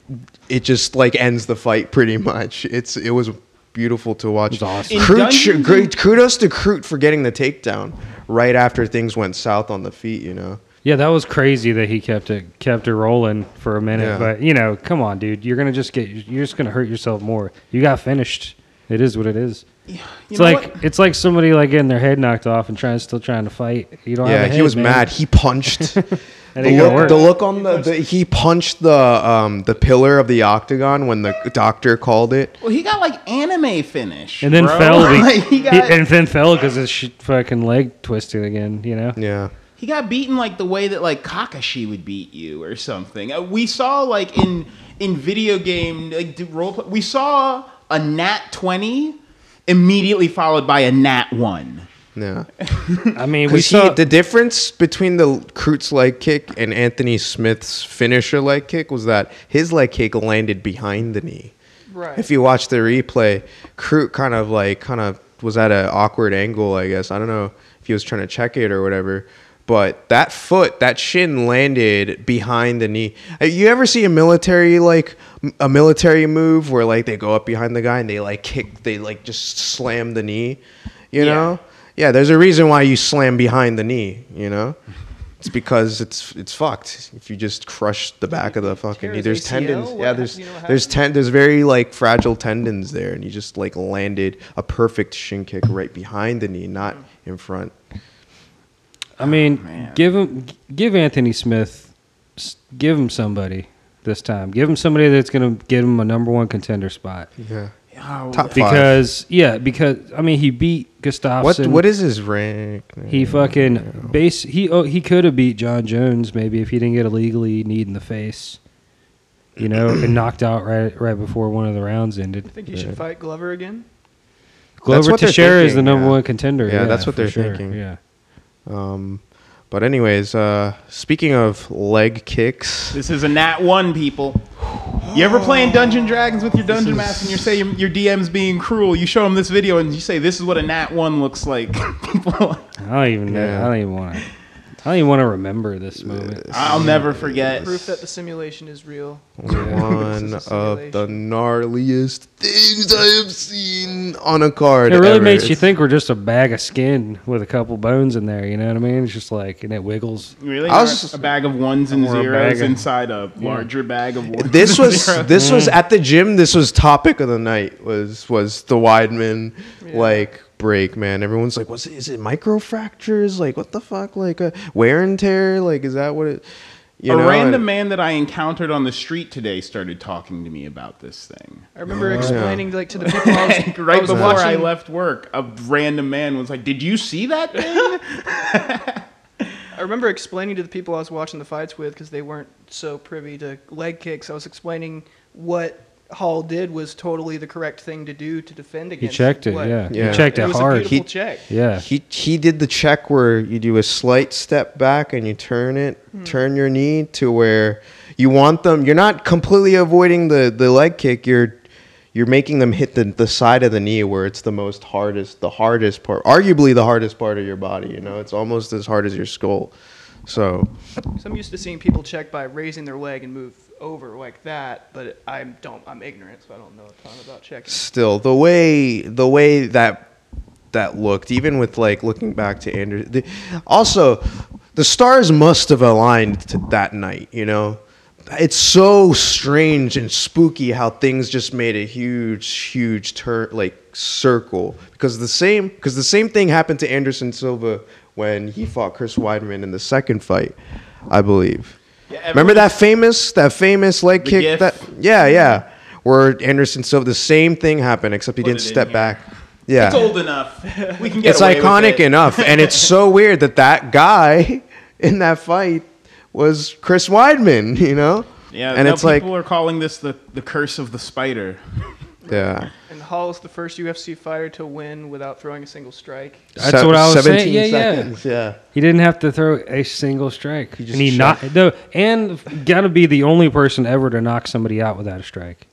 Speaker 3: it just like ends the fight pretty much. It's it was beautiful to watch.
Speaker 4: It was awesome.
Speaker 1: In
Speaker 3: Crute,
Speaker 1: Dungeons
Speaker 3: gr-
Speaker 1: and-
Speaker 3: kudos to Crute for getting the takedown right after things went south on the feet. You know,
Speaker 4: Yeah, that was crazy that he kept it kept it rolling for a minute.
Speaker 3: Yeah.
Speaker 4: But you know, come on, dude, you're gonna just get you're just gonna hurt yourself more. You got finished. It is what it is. It's
Speaker 1: know
Speaker 4: like
Speaker 1: what?
Speaker 4: it's like somebody like getting their head knocked off and trying still trying to fight. You don't.
Speaker 3: yeah,
Speaker 4: have a
Speaker 3: he
Speaker 4: head,
Speaker 3: was
Speaker 4: man.
Speaker 3: mad. He punched.
Speaker 4: That
Speaker 3: The
Speaker 4: ain't gonna
Speaker 3: look,
Speaker 4: work.
Speaker 3: the look on the, the he punched the um the pillar of the octagon when the doctor called it.
Speaker 1: Well, he got like anime finish,
Speaker 4: and then
Speaker 1: bro.
Speaker 4: fell. be-
Speaker 1: like, he
Speaker 4: he-
Speaker 1: got
Speaker 4: and then fell because his sh- fucking leg twisted again. You know.
Speaker 3: Yeah.
Speaker 1: he, he got beaten like the way that like Kakashi would beat you or something. Uh, We saw like in in video game like d- role play, we saw a nat twenty immediately followed by a nat one.
Speaker 3: Yeah.
Speaker 4: I mean, we
Speaker 3: Because
Speaker 4: saw
Speaker 3: the difference between the Kreutz leg kick and Anthony Smith's finisher leg kick was that his leg kick landed behind the knee.
Speaker 5: Right.
Speaker 3: If you watch the replay, Kreutz kind of like kind of was at an awkward angle. I guess I don't know if he was trying to check it or whatever. But that foot, that shin landed behind the knee. Uh, You ever see a military like m- a military move where like they go up behind the guy and they like kick, they like just slam the knee, you
Speaker 1: Yeah.
Speaker 3: know? Yeah, there's a reason why you slam behind the knee, you know? It's because it's it's fucked. If you just crush the back of the fucking knee, there's
Speaker 5: Tears ACL?
Speaker 3: tendons.
Speaker 5: What
Speaker 3: yeah,
Speaker 5: hap-
Speaker 3: there's
Speaker 5: you know what
Speaker 3: there's
Speaker 5: happened?
Speaker 3: ten there's very like fragile tendons there and you just like landed a perfect shin kick right behind the knee, not
Speaker 5: Mm.
Speaker 3: in front.
Speaker 4: I mean,
Speaker 3: Oh,
Speaker 1: man.
Speaker 4: give him, give Anthony Smith, s- give him somebody this time. Give him somebody that's going to give him a number one contender spot.
Speaker 3: Yeah.
Speaker 1: Oh,
Speaker 3: Top five.
Speaker 4: Because yeah, because I mean, he beat Gustafsson.
Speaker 3: What what is his rank?
Speaker 4: he fucking base? He oh, he could have beat John Jones maybe if he didn't get a legally need in the face, you know, and knocked out right right before one of the rounds ended.
Speaker 5: I think you should fight Glover again.
Speaker 4: Glover
Speaker 3: what they're
Speaker 4: Teixeira is the
Speaker 3: thinking,
Speaker 4: number
Speaker 3: yeah.
Speaker 4: one contender.
Speaker 3: Yeah, that's what
Speaker 4: for
Speaker 3: they're
Speaker 4: sure,
Speaker 3: thinking.
Speaker 4: Yeah.
Speaker 3: Um but anyways, uh speaking of leg kicks,
Speaker 1: This is a nat one, people. You ever playing Dungeon Dragons with your dungeon master and you say your, your DM's being cruel? You show them this video and you say this is what a nat one looks like. people,
Speaker 4: I don't even know.
Speaker 3: Yeah.
Speaker 4: I don't even want to. I don't even want to remember this moment.
Speaker 1: I'll never forget.
Speaker 5: Proof that the simulation is real.
Speaker 3: one
Speaker 5: This is a
Speaker 3: of the
Speaker 5: simulation.
Speaker 3: gnarliest things I have seen on a card.
Speaker 4: It really
Speaker 3: ever.
Speaker 4: makes you
Speaker 3: It's-
Speaker 4: think we're just a bag of skin with a couple bones in there. You know what I mean? It's just like, and it wiggles.
Speaker 1: Really,
Speaker 3: I was-
Speaker 1: a bag of ones and
Speaker 4: Or a
Speaker 1: zeros
Speaker 4: bag of-
Speaker 1: inside a larger bag of ones.
Speaker 3: This
Speaker 1: and
Speaker 3: was
Speaker 1: zeros.
Speaker 3: this was at the gym. This was topic of the night. Was was the Weidman like break? Man, everyone's like, "Was it, is it microfractures? Like what the fuck? Like a wear and tear? Like is that what it?" You
Speaker 1: a
Speaker 3: know,
Speaker 1: random
Speaker 3: and-
Speaker 1: man that I encountered on the street today started talking to me about this thing.
Speaker 5: I
Speaker 4: Oh,
Speaker 5: remember explaining like to the people I
Speaker 1: right
Speaker 5: was, I was
Speaker 1: before
Speaker 5: watching,
Speaker 1: I left work, a random man was like, "Did you see that thing?"
Speaker 5: I remember explaining to the people I was watching the fights with because they weren't so privy to leg kicks. I was explaining what Hall did was totally the correct thing to do to defend
Speaker 4: He
Speaker 5: against.
Speaker 4: checked it.
Speaker 5: what-
Speaker 4: Yeah.
Speaker 3: Yeah.
Speaker 4: He checked it,
Speaker 5: It was a
Speaker 4: hard.
Speaker 5: beautiful
Speaker 3: He-
Speaker 5: check.
Speaker 4: yeah.
Speaker 3: He he did the check where you do a slight step back and you turn it, turn your knee to where you want them. You're not completely avoiding the, the leg kick. You're you're making them hit the, the side of the knee where it's the most hardest, the hardest part, arguably the hardest part of your body. You know, it's almost as hard as your skull. So
Speaker 5: So I'm used to seeing people check by raising their leg and move over like that, but I don't. I'm ignorant, so I don't know a ton about checking.
Speaker 3: still the way the way that that looked even with like looking back to Andrew the, also the stars must have aligned to that night you know it's so strange and spooky how things just made a huge huge turn like circle because the same because the same thing happened to Anderson Silva when he fought Chris Weidman in the second fight I believe
Speaker 1: Yeah,
Speaker 3: remember that famous that famous leg
Speaker 1: The
Speaker 3: kick
Speaker 1: gif.
Speaker 3: that yeah, yeah. Where Anderson Silva, the same thing happened, except he
Speaker 1: Put
Speaker 3: didn't
Speaker 1: it in
Speaker 3: step
Speaker 1: here.
Speaker 3: back. Yeah,
Speaker 1: It's old enough. We can get.
Speaker 3: it's
Speaker 1: away with
Speaker 3: iconic
Speaker 1: it.
Speaker 3: enough, and it's so weird that that guy in that fight was Chris Weidman. You know?
Speaker 1: Yeah,
Speaker 3: and
Speaker 1: now
Speaker 3: it's like,
Speaker 1: people are calling this the, the curse of the spider.
Speaker 3: yeah,
Speaker 5: And Hall is the first UFC fighter to win without throwing a single strike.
Speaker 4: That's
Speaker 3: Se-
Speaker 4: what I was saying.
Speaker 3: 17
Speaker 4: Yeah, yeah.
Speaker 3: seconds, yeah.
Speaker 4: He didn't have to throw a single strike.
Speaker 3: just
Speaker 4: and he
Speaker 3: checked.
Speaker 4: not no, and got to be the only person ever to knock somebody out without a strike.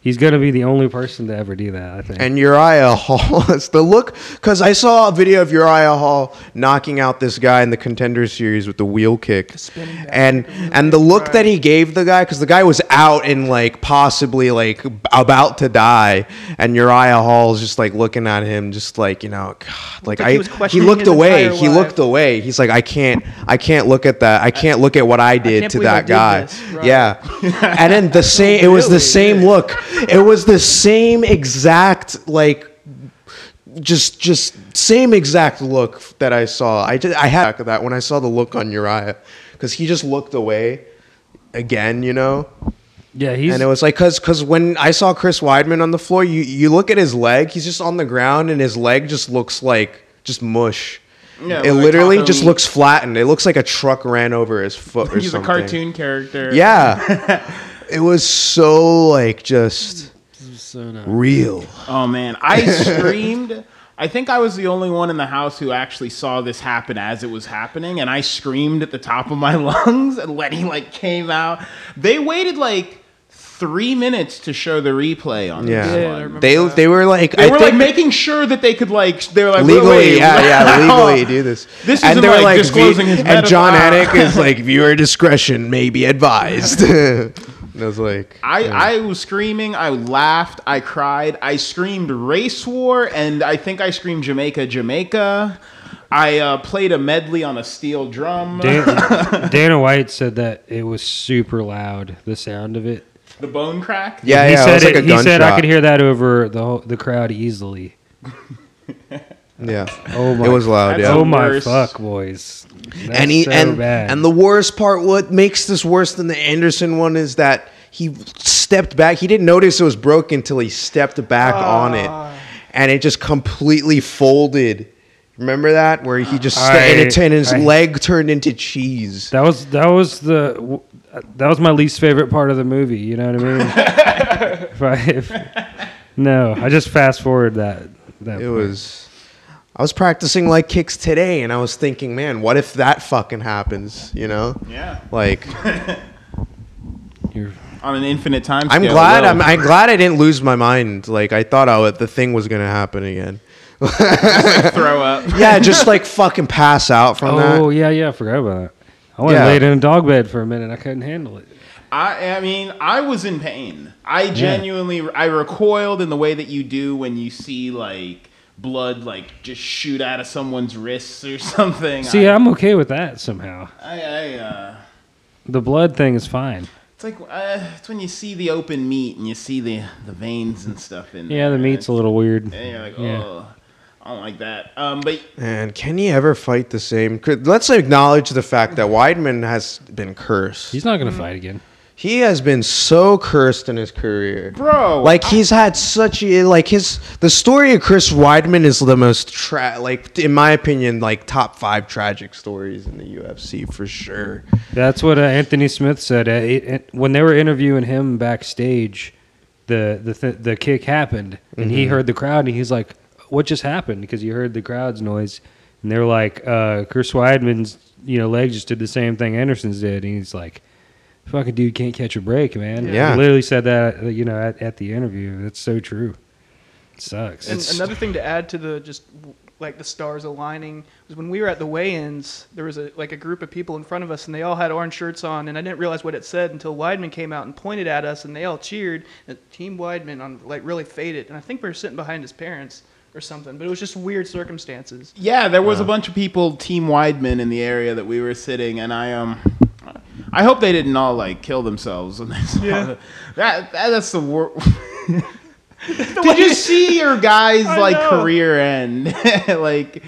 Speaker 4: He's going to be the only person to ever do that, I think.
Speaker 3: And Uriah Hall, it's the look because I saw a video of Uriah Hall knocking out this guy in the contender series with the wheel kick,
Speaker 5: spinning back.
Speaker 3: and and the look that he gave the guy because the guy was out and like possibly like about to die, and Uriah Hall is just like looking at him, just like you know, God, like
Speaker 5: like he
Speaker 3: I
Speaker 5: was
Speaker 3: he
Speaker 5: questioning
Speaker 3: looked
Speaker 5: his
Speaker 3: away,
Speaker 5: entire
Speaker 3: he
Speaker 5: life.
Speaker 3: looked away. He's like, I can't, I can't look at that, I can't look at what I did
Speaker 5: can't
Speaker 3: to
Speaker 5: believe I
Speaker 3: that
Speaker 5: did
Speaker 3: guy.
Speaker 5: this. Right.
Speaker 3: Yeah, and then the same it was the same look it was the same exact like just just same exact look that i saw i did i had that when i saw the look on uriah because he just looked away again you know
Speaker 4: yeah, he's
Speaker 3: and it was like because because when i saw chris weidman on the floor you you look at his leg he's just on the ground and his leg just looks like just mush
Speaker 1: Yeah,
Speaker 3: it
Speaker 1: like
Speaker 3: literally
Speaker 1: Taco
Speaker 3: just
Speaker 1: Meat.
Speaker 3: looks flattened. It looks like a truck ran over his foot or
Speaker 2: He's
Speaker 3: something.
Speaker 2: a cartoon character.
Speaker 3: Yeah. it was so like just
Speaker 2: So nice.
Speaker 3: real.
Speaker 1: Oh man, I screamed. I think I was the only one in the house who actually saw this happen as it was happening, and I screamed at the top of my lungs. And Lenny like came out. They waited like three minutes to show the replay on
Speaker 3: Yeah.
Speaker 5: Yeah, I
Speaker 1: this one.
Speaker 5: remember
Speaker 3: They
Speaker 5: that.
Speaker 3: they were like
Speaker 1: They
Speaker 3: I
Speaker 1: were
Speaker 3: think
Speaker 1: like making sure that they could like they were like wait,
Speaker 3: legally
Speaker 1: wait,
Speaker 3: yeah yeah
Speaker 1: wow.
Speaker 3: legally do this.
Speaker 1: This
Speaker 3: and
Speaker 1: isn't,
Speaker 3: they were
Speaker 1: like,
Speaker 3: like
Speaker 1: disclosing his
Speaker 3: and John
Speaker 1: meta-
Speaker 3: Anik is like viewer discretion may be advised. and I was like
Speaker 1: I, I was screaming, I laughed, I cried, I screamed race war, and I think I screamed Jamaica, Jamaica. I uh, played a medley on a steel drum.
Speaker 4: Dan, Dana White said that it was super loud, the sound of it.
Speaker 1: The bone crack.
Speaker 3: yeah
Speaker 4: he
Speaker 3: yeah it
Speaker 4: said
Speaker 3: was like
Speaker 4: it-
Speaker 3: a
Speaker 4: he said I
Speaker 3: gunshot.
Speaker 4: could hear that over the whole, the crowd easily.
Speaker 3: yeah
Speaker 4: Oh my!
Speaker 3: it was loud
Speaker 1: That's
Speaker 3: yeah
Speaker 4: Oh my
Speaker 1: Worse.
Speaker 4: fuck, boys! That's
Speaker 3: and he
Speaker 4: so
Speaker 3: and
Speaker 4: bad.
Speaker 3: and the worst part what makes this worse than the anderson one is that he stepped back he didn't notice it was broken until he stepped back on
Speaker 4: Ah.
Speaker 3: it and it just completely folded remember that where he just stepped and, it,
Speaker 4: I-
Speaker 3: and his
Speaker 4: I-
Speaker 3: leg turned into cheese
Speaker 4: That was that was the w- that was my least favorite part of the movie. You know what I mean? if I, if, no, I just fast forward that. that
Speaker 3: it
Speaker 4: part.
Speaker 3: was i was practicing like kicks today and i was thinking man what if that fucking happens you know
Speaker 1: Yeah.
Speaker 3: like
Speaker 4: You're-
Speaker 1: On an infinite time.
Speaker 3: i'm
Speaker 1: scale,
Speaker 3: glad
Speaker 1: though.
Speaker 3: I'm, I'm glad i didn't lose my mind like i thought I would, the thing was gonna happen again
Speaker 1: throw up.
Speaker 3: yeah, just like fucking pass out from
Speaker 4: oh
Speaker 3: that.
Speaker 4: yeah, yeah, I forgot about that. I went
Speaker 3: Yeah.
Speaker 4: laid in a dog bed for a minute. I couldn't handle it.
Speaker 1: I, I mean, I was in pain. I genuinely, I recoiled in the way that you do when you see like blood, like just shoot out of someone's wrists or something.
Speaker 4: See,
Speaker 1: I,
Speaker 4: I'm okay with that somehow.
Speaker 1: I, I uh,
Speaker 4: The blood thing is fine.
Speaker 1: it's like uh, it's when you see the open meat and you see the the veins and stuff in.
Speaker 4: Yeah, the
Speaker 1: there.
Speaker 4: meat's a little weird.
Speaker 1: And you're like,
Speaker 4: Yeah.
Speaker 1: oh, I don't like that. Um, but
Speaker 3: And can he ever fight the same? Could- Let's acknowledge the fact that Weidman has been cursed.
Speaker 4: He's not gonna fight again.
Speaker 3: He has been so cursed in his career.
Speaker 1: bro,
Speaker 3: Like he's had such a like his the story of Chris Weidman is the most tra- like in my opinion like top 5 tragic stories in the UFC for sure.
Speaker 4: That's what uh, Anthony Smith said. Uh, it, it- when they were interviewing him backstage, the the th- the kick happened, and
Speaker 3: Mm-hmm.
Speaker 4: he heard the crowd, and he's like, "What just happened?" Because he heard the crowd's noise, and they were like, uh, "Chris Weidman's you know leg just did the same thing Anderson's did," and he's like, "Fucking dude can't catch a break, man."
Speaker 3: Yeah.
Speaker 4: he literally said that uh, you know at, at the interview. That's so true. It sucks.
Speaker 5: And another thing to add to the just like the stars aligning was when we were at the weigh-ins, there was a like a group of people in front of us, and they all had orange shirts on, and I didn't realize what it said until Weidman came out and pointed at us, and they all cheered. And Team Weidman on like really faded, and I think we were sitting behind his parents or something, but it was just weird circumstances.
Speaker 1: Yeah, there was a bunch of people, Team Weidman, in the area that we were sitting, and I um, I hope they didn't all like kill themselves. When they saw
Speaker 5: Yeah.
Speaker 1: that, that that's the worst. Did you see your guy's
Speaker 5: I
Speaker 1: like
Speaker 5: know.
Speaker 1: career end? like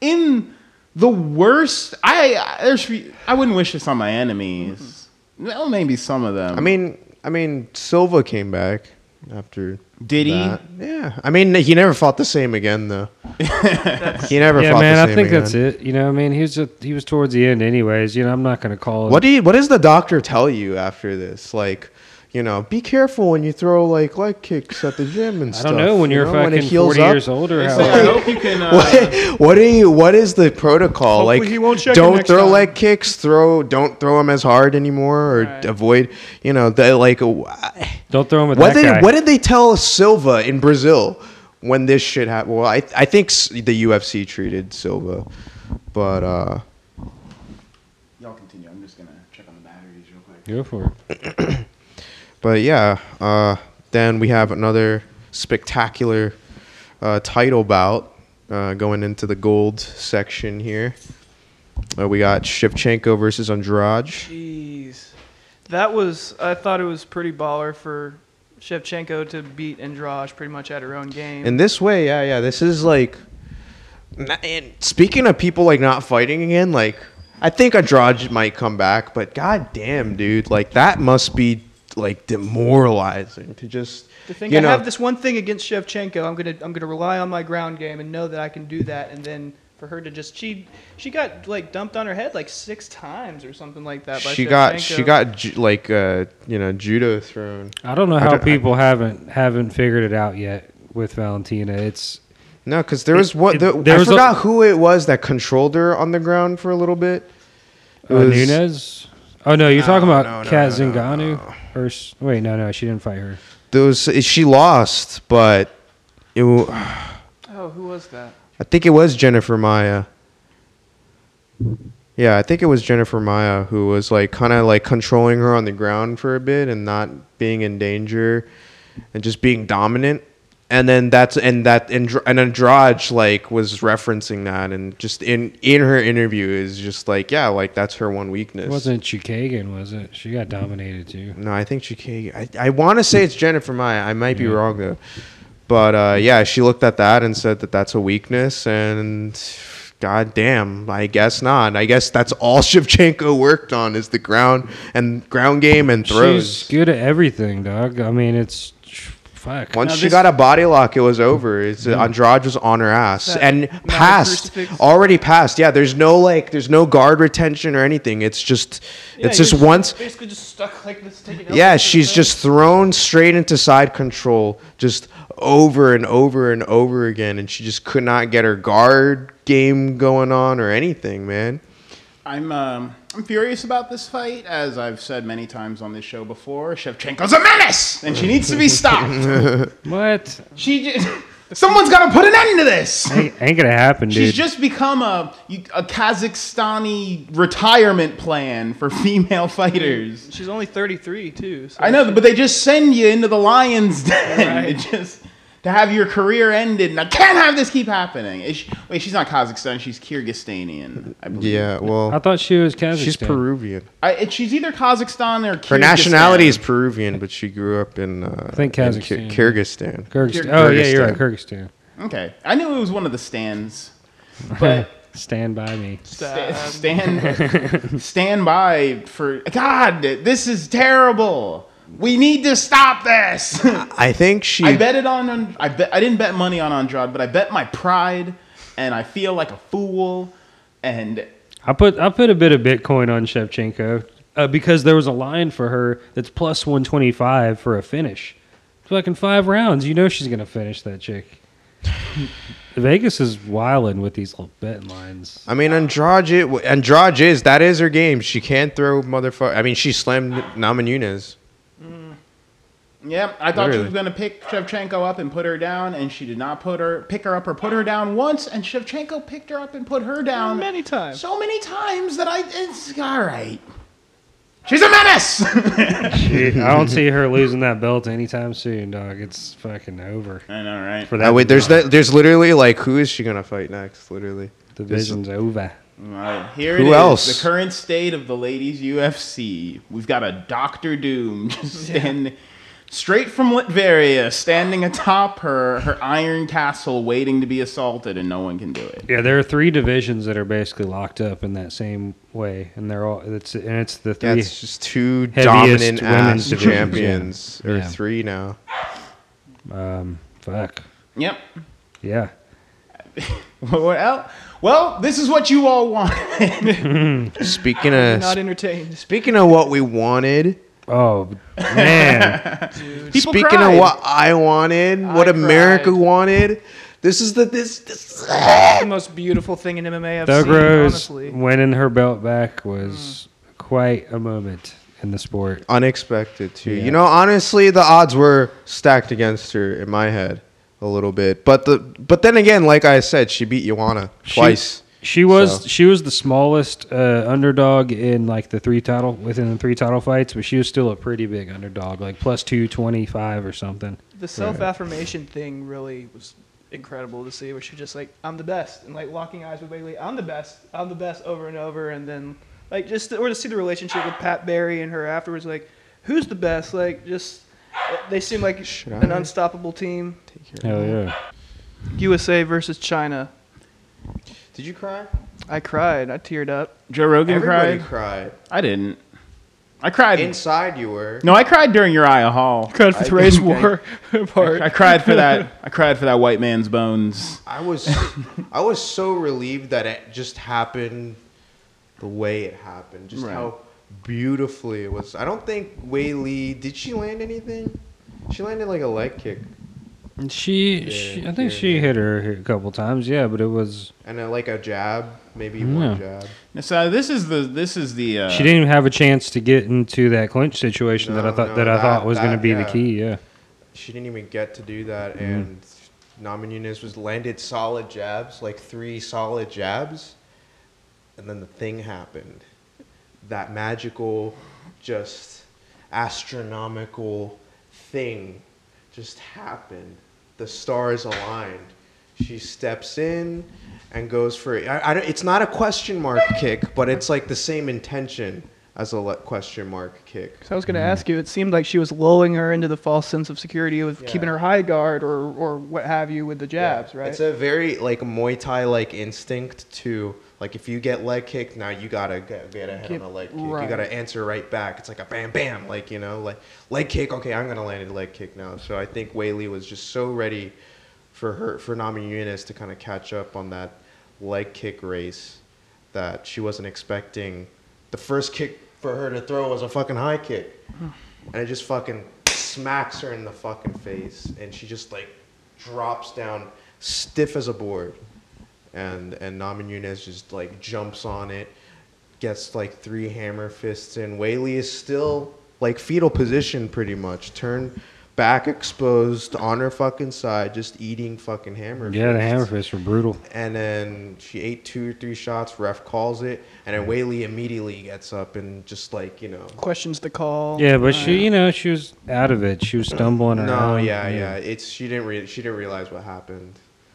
Speaker 1: in the worst. I I, there's, I wouldn't wish this on my enemies. Well, maybe some of them.
Speaker 3: I mean, I mean Silva came back after
Speaker 1: did he?
Speaker 3: that. Yeah. I mean he never fought the same again though. he never
Speaker 4: yeah,
Speaker 3: fought
Speaker 4: man,
Speaker 3: the
Speaker 4: I
Speaker 3: same
Speaker 4: think
Speaker 3: again.
Speaker 4: that's it. You know, I mean, he was just, he was towards the end, anyways. You know, I'm not gonna call.
Speaker 3: What do you, what does the doctor tell you after this? Like, you know, be careful when you throw like leg kicks at the gym and
Speaker 4: I
Speaker 3: stuff.
Speaker 4: don't know when
Speaker 3: you
Speaker 4: you're
Speaker 3: know, when it
Speaker 4: fucking
Speaker 3: heals
Speaker 4: 40
Speaker 3: up.
Speaker 4: years old or
Speaker 1: It's
Speaker 4: how.
Speaker 1: like, I hope you can. Uh,
Speaker 3: What, what do you? What is the protocol?
Speaker 5: Hopefully
Speaker 3: like,
Speaker 5: he won't check it
Speaker 3: don't
Speaker 5: next
Speaker 3: throw
Speaker 5: time.
Speaker 3: leg kicks. Throw don't throw them as hard anymore, or
Speaker 5: Right.
Speaker 3: avoid. You know, the, like w-
Speaker 4: Don't throw him with
Speaker 3: what
Speaker 4: that
Speaker 3: did
Speaker 4: guy.
Speaker 3: what did they tell Silva in Brazil when this shit happened? Well, I I think s- the UFC treated Silva, but uh,
Speaker 1: y'all continue. I'm just gonna check on the batteries real quick.
Speaker 4: Go for it.
Speaker 3: But yeah, uh, then we have another spectacular uh, title bout uh, going into the gold section here. Uh, we got Shevchenko versus Andrade.
Speaker 5: Jeez, that was I thought it was pretty baller for Shevchenko to beat Andrade pretty much at her own game.
Speaker 3: In this way, yeah, yeah, this is like. n- And speaking of people like not fighting again, like I think Andrade might come back, but goddamn, dude, like that must be like demoralizing to just
Speaker 5: To think
Speaker 3: you
Speaker 5: I
Speaker 3: know,
Speaker 5: have this one thing against Shevchenko, I'm gonna I'm gonna rely on my ground game and know that I can do that, and then for her to just she she got like dumped on her head like six times or something like that. By
Speaker 3: she got
Speaker 5: Shevchenko.
Speaker 3: she got ju- like uh, you know judo thrown.
Speaker 4: I don't know
Speaker 3: I
Speaker 4: how
Speaker 3: don't- I-
Speaker 4: people haven't haven't figured it out yet with Valentina. It's
Speaker 3: No, because there
Speaker 4: It-
Speaker 3: was what
Speaker 4: it-
Speaker 3: the,
Speaker 4: there
Speaker 3: I
Speaker 4: was a-
Speaker 3: forgot who it was that controlled her on the ground for a little bit. It
Speaker 4: uh,
Speaker 3: was-
Speaker 4: Nunez. Oh no, you're talking
Speaker 3: No,
Speaker 4: about
Speaker 3: no, no,
Speaker 4: Kat
Speaker 3: no, no,
Speaker 4: Zingano or s- wait, no, no, she didn't fight her.
Speaker 3: There was eh, she lost, but it, wa-
Speaker 5: Oh, who was that?
Speaker 3: I think it was Jennifer Maya. Yeah, I think it was Jennifer Maya who was like kind of like controlling her on the ground for a bit and not being in danger and just being dominant. And then that's and that and Dr- and Andrade like was referencing that and just in in her interview is just like yeah like that's her one weakness.
Speaker 4: It wasn't Chukagan, was it? She got dominated too.
Speaker 3: No, I think she can. I, I want to say it's Jennifer Maya. I might be wrong though. But uh, yeah, she looked at that and said that that's a weakness. And god damn, I guess not. I guess that's all Shevchenko worked on is the ground and ground game and
Speaker 4: She's
Speaker 3: throws.
Speaker 4: good at everything, dog. I mean, it's fuck.
Speaker 3: Once
Speaker 1: Now
Speaker 3: she
Speaker 1: this-
Speaker 3: got a body lock, it was over. It's Andrade was on her ass
Speaker 5: That-
Speaker 3: and
Speaker 5: not a
Speaker 3: passed,
Speaker 5: crucifix.
Speaker 3: already passed. Yeah, there's no like, there's no guard retention or anything. It's just, it's just once.
Speaker 5: Basically, just stuck like this. Taking
Speaker 3: Yeah, she's just thrown straight into side control, just over and over and over again, and she just could not get her guard game going on or anything, man.
Speaker 1: I'm um, I'm furious about this fight, as I've said many times on this show before. Shevchenko's a menace, and she needs to be stopped.
Speaker 4: What?
Speaker 1: she just, someone's got to put an end to this.
Speaker 4: Ain't, ain't gonna happen, dude.
Speaker 1: She's just become a a Kazakhstani retirement plan for female fighters.
Speaker 5: She's only 33 too. So
Speaker 1: I know, but they just send you into the lion's den.
Speaker 5: Right.
Speaker 1: It just to have your career ended, and I can't have this keep happening. Is she- wait, she's not Kazakhstan; she's Kyrgyzstanian, I believe.
Speaker 3: Yeah, well,
Speaker 4: I thought she was Kazakhstan.
Speaker 3: she's Peruvian.
Speaker 1: I, it- she's either Kazakhstan or Kyrgyzstan.
Speaker 3: Her nationality is Peruvian, but she grew up in, uh,
Speaker 4: I think
Speaker 3: in Kyr-
Speaker 4: Kazakhstan.
Speaker 3: Kyrgyzstan.
Speaker 4: Kyrgyzstan. Oh yeah, you're right,
Speaker 3: Kyrgyzstan.
Speaker 4: Kyrgyzstan.
Speaker 1: okay. I knew it was one of the stands, but
Speaker 4: Stand by me.
Speaker 5: Stan.
Speaker 1: stand stand by for God. This is terrible. We need to stop this.
Speaker 3: I think she.
Speaker 1: I bet it on. I bet I didn't bet money on Andrade, but I bet my pride, and I feel like a fool. And
Speaker 4: I put I put a bit of Bitcoin on Shevchenko uh, because there was a line for her that's plus one twenty five for a finish. Fucking five rounds, you know she's gonna finish that chick. Vegas is wilding with these little betting lines.
Speaker 3: I mean, Andrade. Andrade is that is her game. She can't throw motherfucker. I mean, she slammed Naman Nunes.
Speaker 1: yeah, I thought she
Speaker 3: Literally.
Speaker 1: was going to pick Shevchenko up and put her down, and she did not put her pick her up or put her down once. And Shevchenko picked her up and put her down
Speaker 5: Many times.
Speaker 1: so many times that I. It's all right. She's a menace.
Speaker 4: I don't see her losing that belt anytime soon, dog. It's fucking over.
Speaker 1: I know, right?
Speaker 4: For that,
Speaker 3: That way, Uh, there's that. There's literally like, who is she gonna fight next? Literally.
Speaker 4: division's over.
Speaker 1: Alright, here
Speaker 3: Who
Speaker 1: it is,
Speaker 3: else?
Speaker 1: The current state of the ladies UFC. We've got a Doctor Doom just standing straight from Latveria, standing atop her her iron castle, waiting to be assaulted, and no one can do it.
Speaker 4: Yeah, there are three divisions that are basically locked up in that same way, and they're all. It's and it's the
Speaker 3: Yeah,
Speaker 4: three.
Speaker 3: it's just two
Speaker 4: heaviest
Speaker 3: dominant
Speaker 4: women's
Speaker 3: ass
Speaker 4: divisions,
Speaker 3: champions,
Speaker 4: yeah.
Speaker 3: or
Speaker 4: Yeah.
Speaker 3: three now.
Speaker 4: um, fuck.
Speaker 1: Yep.
Speaker 4: Yeah.
Speaker 1: Well, well, this is what you all wanted.
Speaker 3: Speaking
Speaker 5: You're
Speaker 3: of
Speaker 5: not entertained.
Speaker 3: speaking of what we wanted,
Speaker 4: Oh man.
Speaker 1: People
Speaker 3: speaking
Speaker 1: cried.
Speaker 3: of what I wanted, what America
Speaker 5: cried.
Speaker 3: wanted, this is the this. this
Speaker 5: the most beautiful thing in MMA I've
Speaker 4: Doug
Speaker 5: seen,
Speaker 4: Rose
Speaker 5: honestly.
Speaker 4: winning her belt back was
Speaker 3: Hmm.
Speaker 4: quite a moment in the sport.
Speaker 3: unexpected too.
Speaker 4: Yeah.
Speaker 3: You know, honestly, the odds were stacked against her in my head a little bit, but the but then again, like I said, she beat Ioana
Speaker 4: She-
Speaker 3: twice.
Speaker 4: She was
Speaker 3: So-
Speaker 4: she was the smallest uh, underdog in like the three title within the three title fights, but she was still a pretty big underdog, like plus two twenty five or something.
Speaker 5: The self affirmation thing really was incredible to see, where she just like, I'm the best, and like locking eyes with Bailey, I'm the best, I'm the best over and over, and then like just or to see the relationship with Pat Barry and her afterwards, like who's the best? Like just they seem like
Speaker 3: Should
Speaker 5: an
Speaker 3: I
Speaker 5: unstoppable team.
Speaker 4: Hell yeah!
Speaker 5: USA versus China.
Speaker 3: Did you cry?
Speaker 5: I cried. I teared up.
Speaker 1: Joe Rogan
Speaker 3: Everybody
Speaker 1: cried.
Speaker 3: cried.
Speaker 1: I didn't. I cried.
Speaker 3: Inside you were.
Speaker 1: no, I cried during Uriah Hall.
Speaker 5: Cried for the
Speaker 1: I-
Speaker 5: race war part.
Speaker 1: I cried for that. I cried for that white man's bones.
Speaker 3: I was I was so relieved that it just happened the way it happened. Just
Speaker 1: Right.
Speaker 3: how beautifully it was. I don't think Whaley did she land anything? She landed like a leg kick
Speaker 4: And She, she, I
Speaker 3: yeah,
Speaker 4: think she hit her here a couple times. Yeah, but it was
Speaker 3: and a, like a jab, maybe
Speaker 4: Yeah.
Speaker 3: one jab.
Speaker 1: So this is the this is the uh,
Speaker 4: she didn't even have a chance to get into that clinch situation that I
Speaker 3: No,
Speaker 4: thought
Speaker 3: no,
Speaker 4: that I thought
Speaker 3: that-
Speaker 4: was going to
Speaker 3: that-
Speaker 4: be the
Speaker 3: yeah.
Speaker 4: key. Yeah,
Speaker 3: She didn't even get to do that, and Naman Nunes was landed solid jabs, like three solid jabs, and then the thing happened. That magical, just astronomical thing just happened. The stars aligned. She steps in and goes for it. I, I don't- it's not a question mark kick, but it's like the same intention as a le- question mark kick.
Speaker 5: So I was going to ask you. It seemed like she was lulling her into the false sense of security with keeping
Speaker 3: Yeah.
Speaker 5: her high guard or or what have you with the
Speaker 3: Yeah.
Speaker 5: jabs, right?
Speaker 3: It's a very like Muay Thai like instinct to like if you get leg kicked, now you gotta get, get ahead
Speaker 5: Get-
Speaker 3: on the leg kick.
Speaker 5: right.
Speaker 3: You gotta answer right back. It's like a bam bam, like you know, like leg kick. Okay, I'm gonna land a leg kick now. So I think Whaley was just so ready for her for Nami Yunus to kind of catch up on that leg kick race that she wasn't expecting. The first kick for her to throw was a fucking high kick,
Speaker 5: Hmm.
Speaker 3: and it just fucking smacks her in the fucking face, and she just like drops down stiff as a board, and and Naman Yunus just like jumps on it, gets like three hammer fists in. Whaley is still like fetal position pretty much, turned back exposed on her fucking side, just eating fucking hammer.
Speaker 4: yeah, the
Speaker 3: fists
Speaker 4: hammer fists were brutal.
Speaker 3: and then she ate two or three shots. Ref calls it, and then Whaley immediately gets up and just like you know,
Speaker 5: Questions the call.
Speaker 4: Yeah, but she, you know, she was out of it. She was stumbling
Speaker 3: no,
Speaker 4: around.
Speaker 3: yeah, yeah. It's she didn't re- she didn't realize what happened.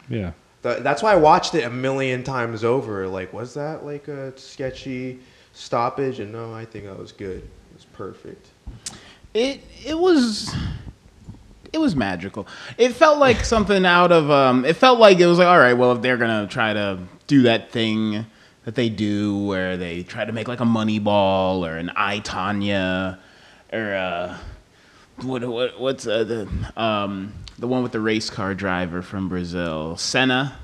Speaker 4: yeah.
Speaker 3: Th- That's why I watched it a million times over. Like, was that like a sketchy stoppage? And no, I think that was good. It was perfect.
Speaker 1: it it was it was magical. It felt like something out of um it felt like it was like all right, well if they're going to try to do that thing that they do where they try to make like a money ball or an I Tanya or uh what what what's uh, the um the one with the race car driver from Brazil, Senna.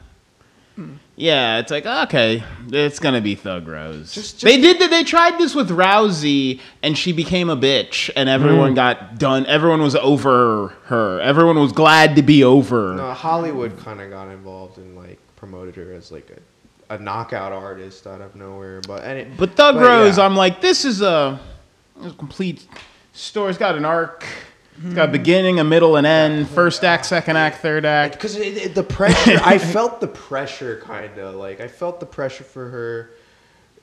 Speaker 3: Hmm.
Speaker 1: Yeah, it's like okay, it's gonna be Thug Rose.
Speaker 3: Just-
Speaker 1: they did that. They tried this with Rousey, and she became a bitch, and everyone
Speaker 3: Mm.
Speaker 1: got done. Everyone was over her. Everyone was glad to be over.
Speaker 3: No, Hollywood kind of got involved and like promoted her as like a, a knockout artist out of nowhere. But and it,
Speaker 1: But Thug
Speaker 3: but
Speaker 1: Rose,
Speaker 3: yeah.
Speaker 1: I'm like, this is a, this is a complete story. It's got an arc. It's
Speaker 3: Hmm.
Speaker 1: got a beginning, a middle, an end. First act, second act, third act.
Speaker 3: because it, it- the pressure i felt the pressure kind of like i felt the pressure for her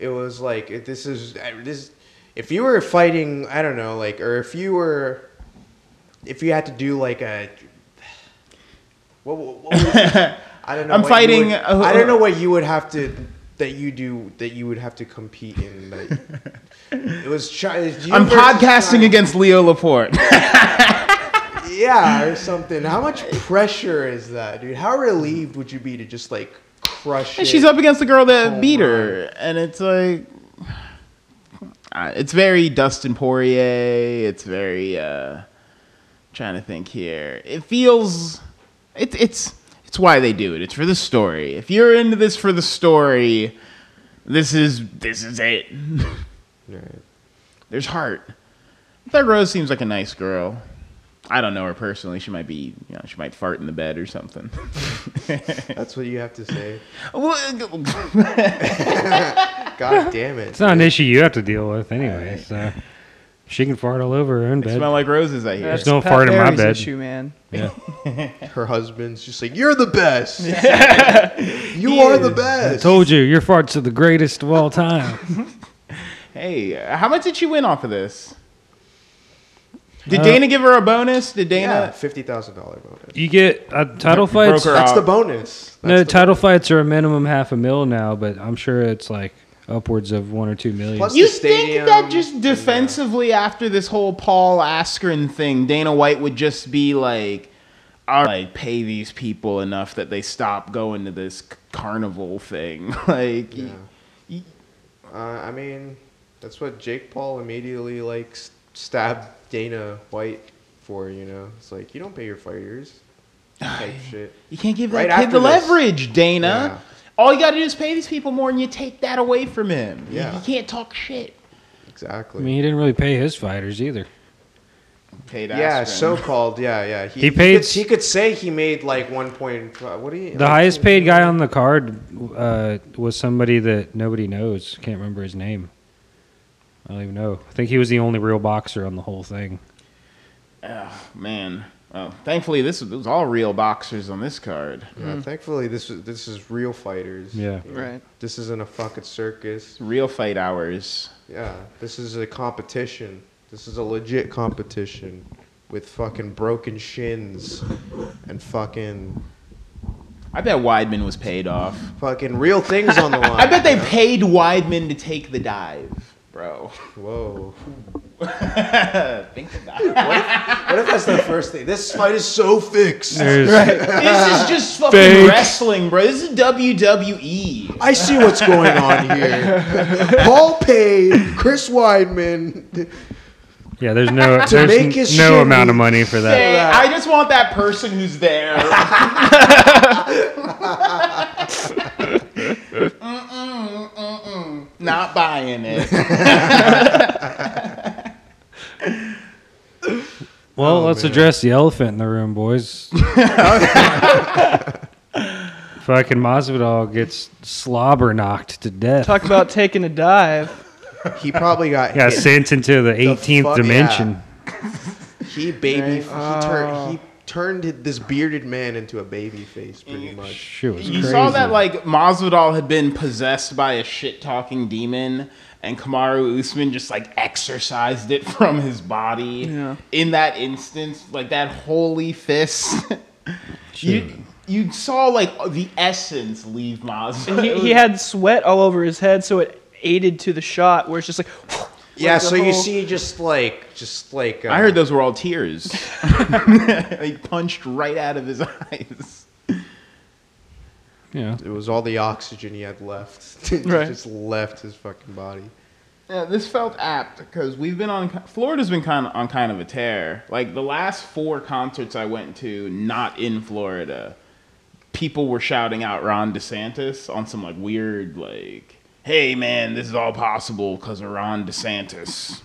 Speaker 3: it was like if this is I- this if you were fighting i don't know like or if you were if you had to do like a what, what, what would- i don't know
Speaker 1: I'm
Speaker 3: what you
Speaker 1: fighting
Speaker 3: would-
Speaker 1: a-
Speaker 3: i don't know what you would have to that you do that you would have to compete in like it was chi- you
Speaker 1: I'm
Speaker 3: versus
Speaker 1: podcasting
Speaker 3: chi-
Speaker 1: against Leo Laporte.
Speaker 3: yeah, or something. How much pressure is that, dude? How relieved would you be to just like crush
Speaker 1: And
Speaker 3: it?
Speaker 1: she's up against the girl that
Speaker 3: Oh,
Speaker 1: beat her, and it's like, uh, it's very Dustin Poirier. It's very uh, trying to think here. It feels, it's it's it's why they do it. It's for the story. If you're into this for the story, this is this is it.
Speaker 3: Right.
Speaker 1: There's heart. Thug Rose seems like a nice girl. I don't know her personally. She might be, you know, she might fart in the bed or something.
Speaker 3: That's what you have to say.
Speaker 1: Well,
Speaker 3: God damn it.
Speaker 4: It's not an issue you have to deal with anyway. So she can fart all over her own
Speaker 1: They
Speaker 4: bed.
Speaker 1: smell like roses, I hear.
Speaker 5: That's
Speaker 4: no
Speaker 5: Pat
Speaker 4: fart in my
Speaker 5: Barry's
Speaker 4: bed.
Speaker 5: Issue, man.
Speaker 3: Her husband's just like, You're the best. you are the
Speaker 4: I
Speaker 3: best.
Speaker 4: told you, your farts are the greatest of all time.
Speaker 1: Hey, uh, how much did she win off of this? Did Dana give her a bonus? Did
Speaker 3: Uh, Yeah,
Speaker 1: Dana?
Speaker 3: fifty thousand dollar bonus.
Speaker 4: You get uh, title
Speaker 1: broke
Speaker 4: fights.
Speaker 1: her
Speaker 3: That's
Speaker 1: out.
Speaker 3: the bonus. That's
Speaker 4: No,
Speaker 3: the
Speaker 4: title fights are a minimum half a mil now, but I'm sure it's like upwards of one or two million.
Speaker 3: Plus-
Speaker 1: You
Speaker 3: The
Speaker 1: think
Speaker 3: stadium
Speaker 1: that just
Speaker 3: and, uh,
Speaker 1: defensively after this whole Paul Askren thing, Dana White would just be like, "All right, pay these people enough that they stop going to this c- carnival thing." like,
Speaker 3: bonus. Yeah. Uh, I mean, That's what Jake Paul immediately like s- stabbed Dana White for. You know, it's like you don't pay your fighters. Type shit.
Speaker 1: You can't give that
Speaker 3: Right
Speaker 1: kid the
Speaker 3: after this.
Speaker 1: leverage, Dana.
Speaker 3: Yeah.
Speaker 1: All you got to do is pay these people more, and you take that away from him. You-
Speaker 3: Yeah.
Speaker 1: You can't talk shit.
Speaker 4: I
Speaker 3: Exactly.
Speaker 4: mean, he didn't really pay his fighters either.
Speaker 1: Paid
Speaker 3: yeah,
Speaker 1: aspirin.
Speaker 3: so called. Yeah, yeah. He,
Speaker 4: paid-
Speaker 3: Could, he could say he made like one point. What do you?
Speaker 4: The highest paid guy on the card uh, was somebody that nobody knows. Can't remember his name. I don't even know. I think he was the only real boxer on the whole thing.
Speaker 1: Oh, man. Oh, thankfully, this was, it was all real boxers on this card.
Speaker 3: Yeah, thankfully, this is this is real fighters.
Speaker 4: Yeah.
Speaker 3: You know,
Speaker 5: Right.
Speaker 3: This isn't a fucking circus.
Speaker 1: Real fight hours.
Speaker 3: Yeah, this is a competition. This is a legit competition with fucking broken shins and fucking
Speaker 1: I bet Weidman was paid off.
Speaker 3: fucking real things on the line.
Speaker 1: I bet they
Speaker 3: you know?
Speaker 1: paid Weidman to take the dive, bro.
Speaker 3: Whoa.
Speaker 1: Think about it.
Speaker 3: What if that's the first thing? This fight is so fixed.
Speaker 4: There's,
Speaker 1: this is just fucking
Speaker 4: Fake.
Speaker 1: wrestling, bro. This is E. WWE.
Speaker 3: I see what's going on here. Paul paid Chris Weidman.
Speaker 4: Yeah, there's no
Speaker 3: make his
Speaker 4: there's no
Speaker 3: shit
Speaker 4: amount of
Speaker 3: be
Speaker 4: money for that.
Speaker 1: Say, I just want that person who's there. Mm-mm, mm-mm. Not buying it.
Speaker 4: Well, let's address the elephant in the room, boys. Fucking Masvidal gets slobber knocked to death.
Speaker 5: Talk about taking a dive.
Speaker 3: He probably got
Speaker 4: Got
Speaker 3: hit.
Speaker 4: sent into the 18th
Speaker 3: fuck-
Speaker 4: dimension.
Speaker 3: He baby. He, tur- he turned this bearded man into a baby face, pretty much.
Speaker 4: Shit was
Speaker 1: You
Speaker 4: crazy.
Speaker 1: saw that like Masvidal had been possessed by a shit talking demon, and Kamaru Usman just like exorcised it from his body.
Speaker 5: Yeah.
Speaker 1: In that instance, like that holy fist, you you saw like the essence leave Masvidal.
Speaker 5: He, he had sweat all over his head, so it aided to the shot where it's just like.
Speaker 3: Yeah,
Speaker 5: like the
Speaker 3: so you
Speaker 5: whole-
Speaker 3: see, just like, just like. Uh,
Speaker 1: I heard those were all tears. they punched right out of his eyes.
Speaker 4: Yeah.
Speaker 3: It was all the oxygen he had left. It
Speaker 5: Right.
Speaker 3: Just left his fucking body.
Speaker 1: Yeah, this felt apt because we've been on. Florida's been kind of on kind of a tear. Like the last four concerts I went to, not in Florida, people were shouting out Ron DeSantis on some like weird like, "Hey man, this is all possible because of Ron DeSantis."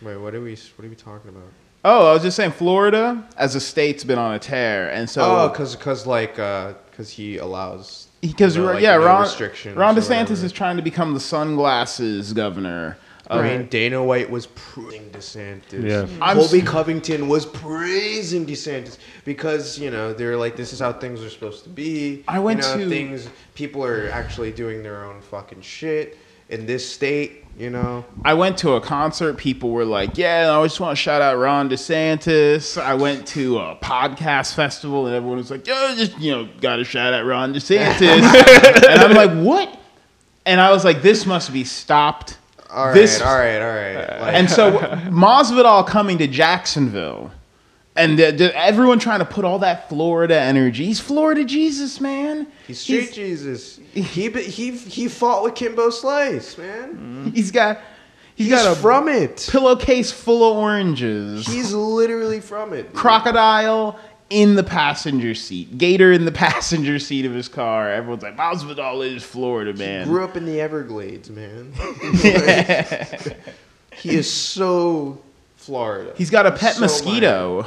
Speaker 3: Wait, what are we? What are we talking about?
Speaker 1: Oh, I was just saying, Florida as a state's been on a tear, and so
Speaker 3: Oh, because like because he allows
Speaker 1: because
Speaker 3: you know, like,
Speaker 1: yeah,
Speaker 3: no
Speaker 1: Ron,
Speaker 3: restrictions
Speaker 1: Ron
Speaker 3: or
Speaker 1: DeSantis
Speaker 3: whatever.
Speaker 1: is trying to become the sunglasses governor.
Speaker 3: I mean, Dana White was praising DeSantis.
Speaker 4: Yeah.
Speaker 1: I'm
Speaker 3: Colby Covington was praising DeSantis because you know they're like, this is how things are supposed to be.
Speaker 1: I went
Speaker 3: you know,
Speaker 1: to-
Speaker 3: things. People are actually doing their own fucking shit in this state. You know,
Speaker 1: I went to a concert. People were like, "Yeah, I just want to shout out Ron DeSantis." I went to a podcast festival, and everyone was like, "Yo, just you know, got to shout out Ron DeSantis." and I'm like, "What?" And I was like, "This must be stopped."
Speaker 3: all right,
Speaker 1: This-
Speaker 3: all right, all right. Like,
Speaker 1: And so Masvidal coming to Jacksonville, and the, the- everyone trying to put all that Florida energy. He's Florida Jesus, man.
Speaker 3: He's street Jesus. He be- he he fought with Kimbo Slice, man.
Speaker 1: he's got
Speaker 3: He's,
Speaker 1: he's got a
Speaker 3: from it.
Speaker 1: pillowcase full of oranges.
Speaker 3: He's literally from it.
Speaker 1: crocodile in the passenger seat, gator in the passenger seat of his car. Everyone's like, Masvidal is Florida man.
Speaker 3: Grew up in the Everglades, man. he is so Florida.
Speaker 1: He's got a pet
Speaker 3: So
Speaker 1: mosquito.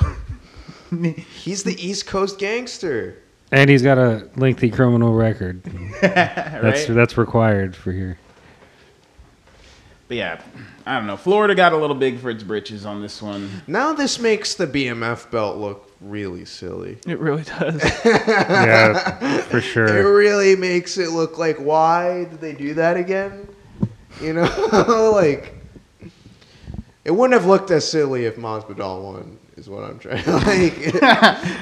Speaker 3: He's the East Coast gangster.
Speaker 4: And he's got a lengthy criminal record. That's
Speaker 1: Right?
Speaker 4: that's required for here.
Speaker 1: But yeah, I don't know. Florida got a little big for its britches on this one.
Speaker 3: Now this makes the BMF belt look really silly.
Speaker 5: It really does.
Speaker 4: Yeah, for
Speaker 3: It
Speaker 4: sure.
Speaker 3: really makes it look like why did they do that again? You know, like it wouldn't have looked as silly if Masvidal won. Is what I'm trying. Like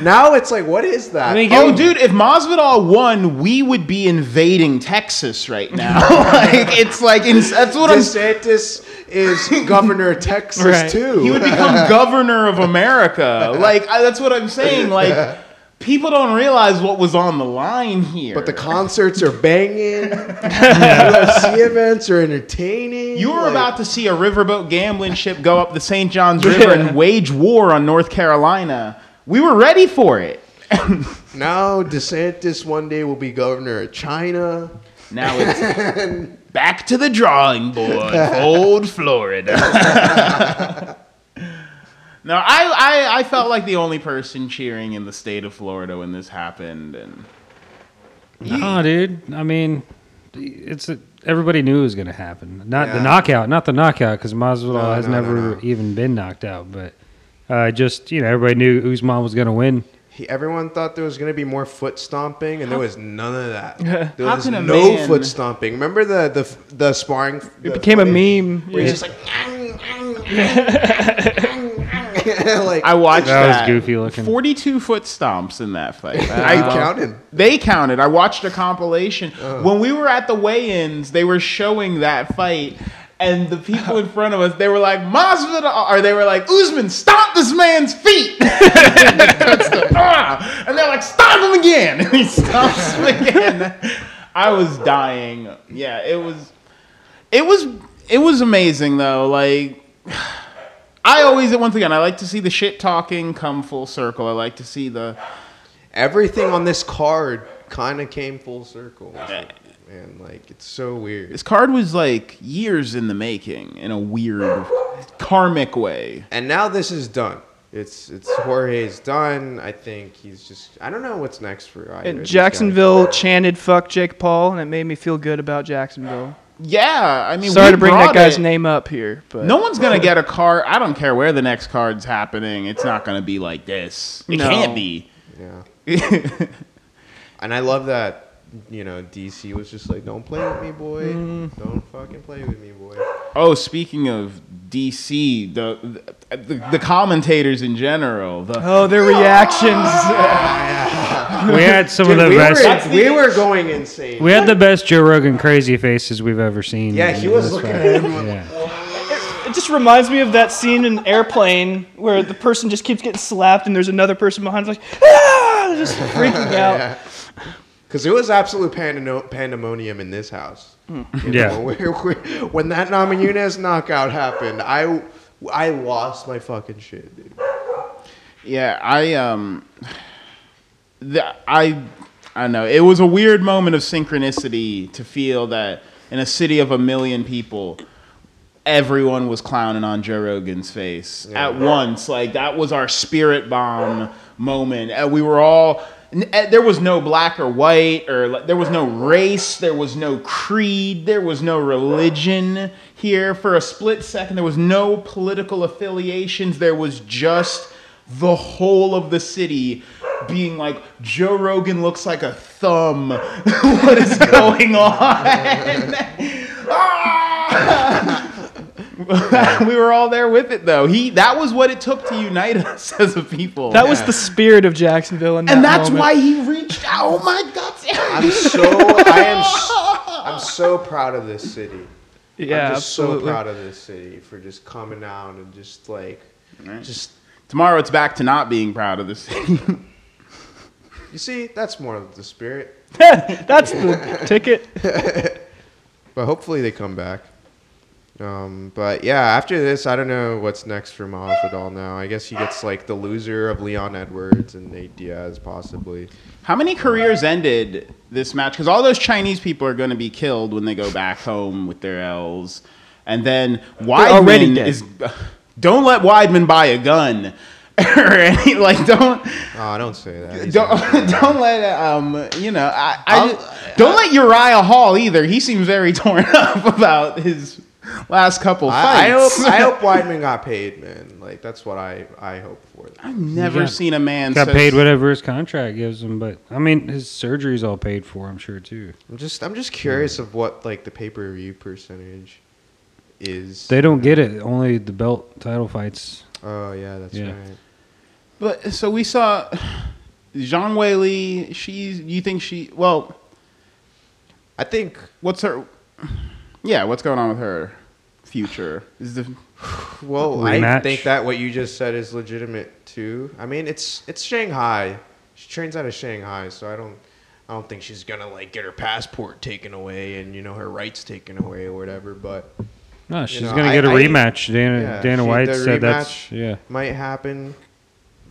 Speaker 3: now it's like what is that?
Speaker 1: Oh, dude, if Masvidal won, we would be invading Texas right now. like, it's like, it's, that's what I'm saying.
Speaker 3: DeSantis is governor of Texas
Speaker 5: Right.
Speaker 3: too.
Speaker 1: He would become governor of America. Like, I, that's what I'm saying. Like, People don't realize what was on the line here.
Speaker 3: But the concerts are banging. UFC events are entertaining.
Speaker 1: you were
Speaker 3: like-
Speaker 1: about to see a riverboat gambling ship go up the St. John's River and wage war on North Carolina. We were ready for it.
Speaker 3: now DeSantis one day will be governor of China.
Speaker 1: Now it's back to the drawing board, old Florida. no, I, I, I felt like the only person cheering in the state of Florida when this happened, and
Speaker 4: Nah, dude. I mean, it's a, everybody knew it was going to happen. Not the
Speaker 3: Yeah.
Speaker 4: knockout, not the knockout, because Masvidal
Speaker 3: No,
Speaker 4: has
Speaker 3: no, no,
Speaker 4: never
Speaker 3: no.
Speaker 4: even been knocked out. But uh, just you know, everybody knew Usman was going to win.
Speaker 3: He, everyone thought there was going to be more foot stomping, and there was none of that. There
Speaker 1: How
Speaker 3: was
Speaker 1: can a
Speaker 3: no
Speaker 1: man-
Speaker 3: foot stomping. Remember the the, f- the sparring?
Speaker 5: It became a meme.
Speaker 3: Where he's just like, like
Speaker 1: I watched
Speaker 4: That
Speaker 1: that.
Speaker 4: was goofy looking.
Speaker 1: Forty-two foot stomps in that fight.
Speaker 3: I
Speaker 1: Wow.
Speaker 3: counted.
Speaker 1: They counted. I watched a compilation. When we were at the weigh-ins, they were showing that fight, and the people in front of us, they were like Masvidal, or they were like Usman, stomp this man's feet. That's the- ah! and they're like, stomp him again, and he stomps him again. I was dying. Yeah, it was. It was. It was amazing though. Like. I always, once again, I like to see the shit talking come full circle. I like to see the
Speaker 3: everything on this card kind of came full circle. Man, like it's so weird.
Speaker 1: This card was like years in the making in a weird karmic way.
Speaker 3: And now this is done. It's it's Jorge's done. I think he's just. I don't know what's next for. either of
Speaker 5: And
Speaker 3: these
Speaker 5: Jacksonville chanted "fuck Jake Paul" and it made me feel good about Jacksonville.
Speaker 1: Yeah, I mean,
Speaker 5: Sorry
Speaker 1: we
Speaker 5: to bring that
Speaker 1: brought
Speaker 5: guy's
Speaker 1: it.
Speaker 5: name up here, but
Speaker 1: No one's gonna get a card. I don't care where the next card's happening. It's not gonna be like this. It
Speaker 5: No.
Speaker 1: can't be.
Speaker 3: guys. Yeah. And I love that. You know, DC was just like, "Don't play with me, boy. Don't fucking play with me, boy."
Speaker 1: oh, speaking of DC, the the, the commentators in general, the
Speaker 5: oh, their reactions.
Speaker 4: We had some of
Speaker 3: Dude,
Speaker 4: the
Speaker 3: we,
Speaker 4: best.
Speaker 3: were, we were going insane.
Speaker 4: We had the best Joe Rogan crazy faces we've ever seen.
Speaker 3: yeah, he
Speaker 4: in
Speaker 3: was
Speaker 4: this
Speaker 3: looking
Speaker 4: fight.
Speaker 3: at everyone.
Speaker 4: Yeah.
Speaker 5: It just reminds me of that scene in Airplane where the person just keeps getting slapped and there's another person behind like, ah, They're just freaking out.
Speaker 3: Because it was absolute pandano- pandemonium in this house. You
Speaker 4: Yeah.
Speaker 3: know, where- where- when that Namajunas knockout happened, I I lost my fucking shit, dude.
Speaker 1: Yeah, I um, the, I I know it was a weird moment of synchronicity to feel that in a city of a million people, everyone was clowning on Joe Rogan's face at once. Like that was our spirit bomb moment. Uh, we were all. n- uh, There was no black or white, or like, there was no race, there was no creed, there was no religion here. For a split second, there was no political affiliations. There was just the whole of the city being like Joe Rogan looks like a thumb. what is going on? Ah! we were all there with it though. He that was what it took to unite us as a people.
Speaker 5: That was the spirit of Jacksonville, in that
Speaker 1: and that's
Speaker 5: moment.
Speaker 1: why he reached out. Oh my guts.
Speaker 3: I'm so I am s- I'm so proud of this city.
Speaker 5: Yeah,
Speaker 3: I'm just
Speaker 5: absolutely.
Speaker 3: so proud of this city for just coming out and just like just
Speaker 1: Tomorrow it's back to not being proud of the city.
Speaker 3: you see that's more of the spirit.
Speaker 5: That's the ticket.
Speaker 3: But hopefully they come back. Um, but yeah, after this, I don't know what's next for Masvidal now. I guess he gets like the loser of Leon Edwards and Nate Diaz possibly.
Speaker 1: How many careers ended this match? Because all those Chinese people are going to be killed when they go back home with their L's. And then Weidman
Speaker 5: already dead.
Speaker 1: is. Don't let Weidman buy a gun. or any, like don't
Speaker 3: Oh, don't say that. He's
Speaker 1: don't
Speaker 3: not-
Speaker 1: don't let um you know I, I just- don't let Uriah Hall either. He seems very torn up about his last couple
Speaker 3: I, I hope
Speaker 1: fights.
Speaker 3: I hope Weidman got paid, man. Like that's what I I hope for.
Speaker 1: have never
Speaker 4: Yeah.
Speaker 1: seen a man
Speaker 4: Got
Speaker 1: so-
Speaker 4: paid whatever his contract gives him, but I mean his surgery's all paid for, I'm sure too.
Speaker 3: I'm just I'm just curious of what like the pay per view percentage is.
Speaker 4: They don't get it. Only the belt title fights.
Speaker 3: oh yeah, that's
Speaker 4: Yeah.
Speaker 3: right.
Speaker 1: But so we saw Zhang Wei Li. She's you think she well.
Speaker 3: I think
Speaker 1: What's her? Yeah, what's going on with her future? Is the
Speaker 3: Well, I
Speaker 4: Rematch?
Speaker 3: think that what you just said is legitimate too. I mean, it's it's Shanghai. she trains out of Shanghai, so I don't I don't think she's gonna like get her passport taken away and you know her rights taken away or whatever. But
Speaker 4: No, she's
Speaker 3: know,
Speaker 4: gonna
Speaker 3: I-
Speaker 4: get a
Speaker 3: I-
Speaker 4: rematch. Dana
Speaker 3: yeah,
Speaker 4: Dana
Speaker 3: she-
Speaker 4: White
Speaker 3: the
Speaker 4: said that's
Speaker 3: rematch-
Speaker 4: yeah.
Speaker 3: might happen.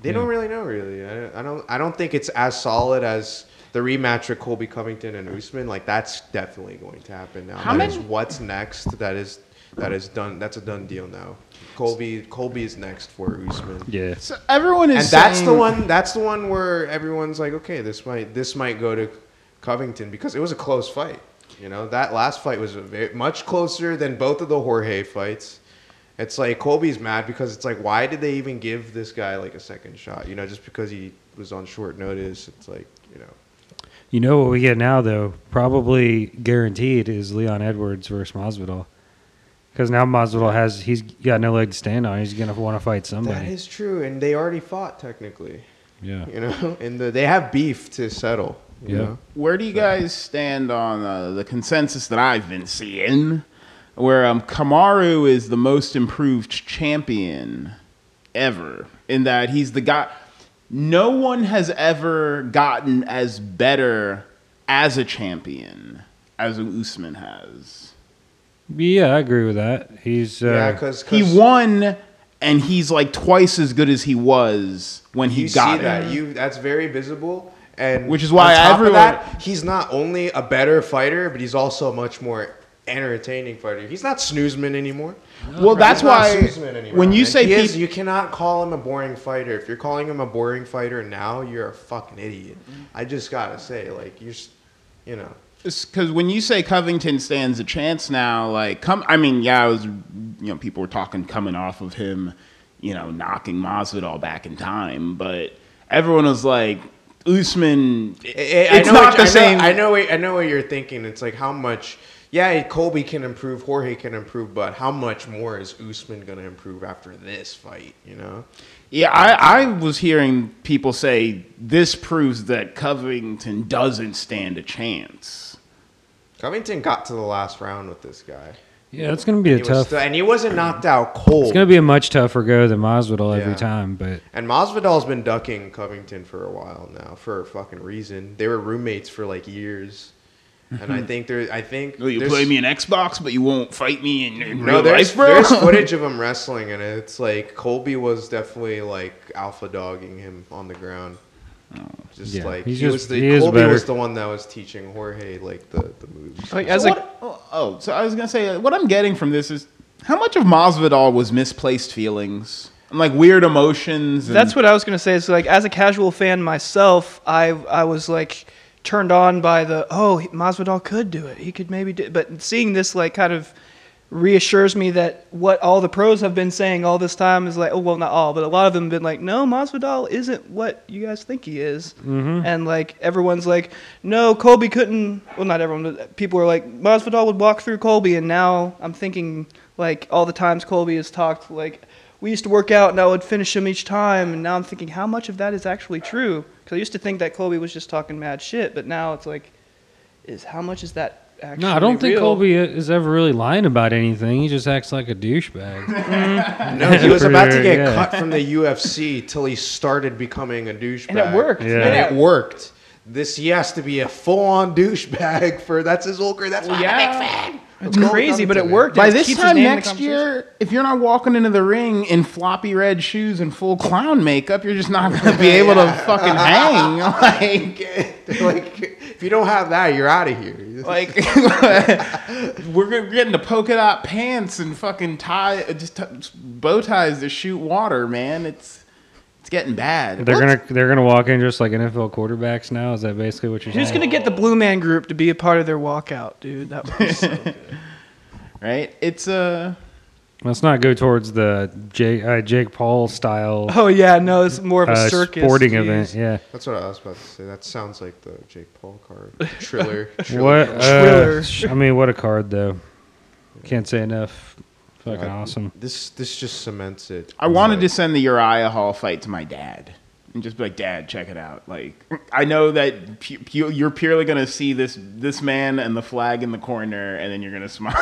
Speaker 3: They
Speaker 4: Yeah.
Speaker 3: don't really know, really. I, I don't. I don't think it's as solid as the rematch with Colby Covington and Usman. Like that's definitely going to happen now.
Speaker 1: How
Speaker 3: That
Speaker 1: many-
Speaker 3: is what's next. That is that is done. That's a done deal now. Colby Colby is next for Usman.
Speaker 4: Yeah.
Speaker 1: So everyone is
Speaker 3: And that's the
Speaker 1: saying-
Speaker 3: one. That's the one where everyone's like, okay, this might this might go to Covington because it was a close fight. You know, that last fight was a very, much closer than both of the Jorge fights. It's like Colby's mad because it's like, why did they even give this guy like a second shot? You know, just because he was on short notice. It's like, you know,
Speaker 4: You know what we get now though, probably guaranteed is Leon Edwards versus Masvidal. Because now Masvidal has he's got no leg to stand on. He's gonna want to fight
Speaker 3: that
Speaker 4: somebody.
Speaker 3: is true. And they already fought technically.
Speaker 4: yeah.
Speaker 3: You know, and the, they have beef to settle. You
Speaker 4: Yeah.
Speaker 3: know?
Speaker 1: Where do you guys stand on uh, the consensus that I've been seeing, where um, Kamaru is the most improved champion ever? In that he's the guy. No one has ever gotten as better as a champion as Usman has.
Speaker 4: Yeah, I agree with that. He's uh,
Speaker 3: yeah, because
Speaker 1: He won, and he's like twice as good as he was when he
Speaker 3: you
Speaker 1: got
Speaker 3: see
Speaker 1: it.
Speaker 3: that you that's very visible and
Speaker 1: Which is why
Speaker 3: on top of
Speaker 1: everyone-
Speaker 3: that, he's not only a better fighter but he's also a much more entertaining fighter he's not snoozeman anymore
Speaker 1: Well, that's
Speaker 3: He's not
Speaker 1: why
Speaker 3: snoozeman anymore,
Speaker 1: when you
Speaker 3: man.
Speaker 1: say
Speaker 3: He is-
Speaker 1: peop-
Speaker 3: you cannot call him a boring fighter if you're calling him a boring fighter now you're a fucking idiot i just gotta say like you're s- you know
Speaker 1: because when you say Covington stands a chance now, like come, I mean, yeah, I was, you know, people were talking coming off of him, you know, knocking Masvidal back in time, but everyone was like, Usman, it-
Speaker 3: I- I- I
Speaker 1: it's
Speaker 3: know
Speaker 1: not
Speaker 3: what-
Speaker 1: the
Speaker 3: I know-
Speaker 1: same.
Speaker 3: I know. What, I know what you're thinking. It's like how much. Yeah, Colby can improve. Jorge can improve, but how much more is Usman going to improve after this fight? You know.
Speaker 1: Yeah, I, I was hearing people say this proves that Covington doesn't stand a chance.
Speaker 3: Covington got to the last round with this guy.
Speaker 4: yeah, it's gonna be a
Speaker 3: He was
Speaker 4: tough.
Speaker 3: still, and he wasn't knocked out cold.
Speaker 4: It's gonna be a much tougher go than Masvidal every
Speaker 3: Yeah.
Speaker 4: time, but
Speaker 3: and Masvidal's been ducking Covington for a while now for a fucking reason. They were roommates for like years, and I think there. I think
Speaker 1: Well, you
Speaker 3: there's-
Speaker 1: play me in Xbox, but you won't fight me in, in
Speaker 3: No,
Speaker 1: real
Speaker 3: there's,
Speaker 1: life, bro.
Speaker 3: there's footage of him wrestling, and it's like Colby was definitely like alpha dogging him on the ground. Just
Speaker 4: Yeah,
Speaker 3: like
Speaker 4: he's
Speaker 3: he
Speaker 4: just-
Speaker 3: was the
Speaker 4: he is
Speaker 3: Colby
Speaker 4: better.
Speaker 3: was the one that was teaching Jorge like the, the moves.
Speaker 5: Like, as
Speaker 1: So
Speaker 5: a,
Speaker 1: what- oh, oh, so I was gonna say uh, what I'm getting from this is how much of Masvidal was misplaced feelings and like weird emotions. And,
Speaker 5: That's what I was gonna say. Is like as a casual fan myself, I I was like turned on by the oh Masvidal could do it. He could maybe do. But seeing this like kind of reassures me that what all the pros have been saying all this time is like oh well not all but a lot of them have been like no Masvidal isn't what you guys think he is and like everyone's like no Colby couldn't well not everyone but people are like Masvidal would walk through Colby and now I'm thinking like all the times Colby has talked like we used to work out and I would finish him each time. And now I'm thinking, how much of that is actually true? Because I used to think that Colby was just talking mad shit, but now it's like, is how much is that actually?
Speaker 4: no, I don't think
Speaker 5: real?
Speaker 4: Colby is ever really lying about anything. He just acts like a douchebag.
Speaker 3: No, he was about to
Speaker 4: Pretty-
Speaker 3: get
Speaker 4: yeah.
Speaker 3: cut from the UFC till he started becoming a douchebag,
Speaker 5: And it worked.
Speaker 4: Yeah.
Speaker 3: And it worked. This he has to be a full on douchebag for that's his whole career. That's why I'm a big fan.
Speaker 5: It's
Speaker 3: Of Cole
Speaker 5: crazy, but it
Speaker 3: Covington, man.
Speaker 5: worked.
Speaker 1: by
Speaker 5: It
Speaker 1: this
Speaker 5: keeps his
Speaker 1: time
Speaker 5: name in the
Speaker 1: next
Speaker 5: conversation.
Speaker 1: year, if you're not walking into the ring in floppy red shoes and full clown makeup, you're just not gonna be able to fucking hang. Like,
Speaker 3: Like, like if you don't have that, you're out of here.
Speaker 1: like we're gonna get into polka dot pants and fucking tie, uh, just t- bow ties to shoot water, man. It's it's getting bad.
Speaker 4: they're gonna they're gonna walk in just like NFL quarterbacks now. Is that basically what you're
Speaker 5: Who's
Speaker 4: saying?
Speaker 5: gonna get the Blue Man Group to be a part of their walkout, dude? That was so good.
Speaker 1: right? It's a. Uh,
Speaker 4: Let's not go towards the Jake uh, Jake Paul style
Speaker 5: oh yeah, no, it's more of a
Speaker 4: uh,
Speaker 5: circus
Speaker 4: sporting
Speaker 5: Jeez.
Speaker 4: event. Yeah.
Speaker 3: That's what I was about to say. That sounds like the Jake Paul card. Triller. Triller.
Speaker 4: What? Uh,
Speaker 5: Triller.
Speaker 4: sh- I mean, what a card though. Can't say enough. Fucking awesome.
Speaker 3: This this just cements it.
Speaker 1: I wanted to send the Uriah Hall fight to my dad and just be like, Dad, check it out. Like, I know that pu- pu- you're purely gonna see this this man and the flag in the corner, and then you're gonna smile.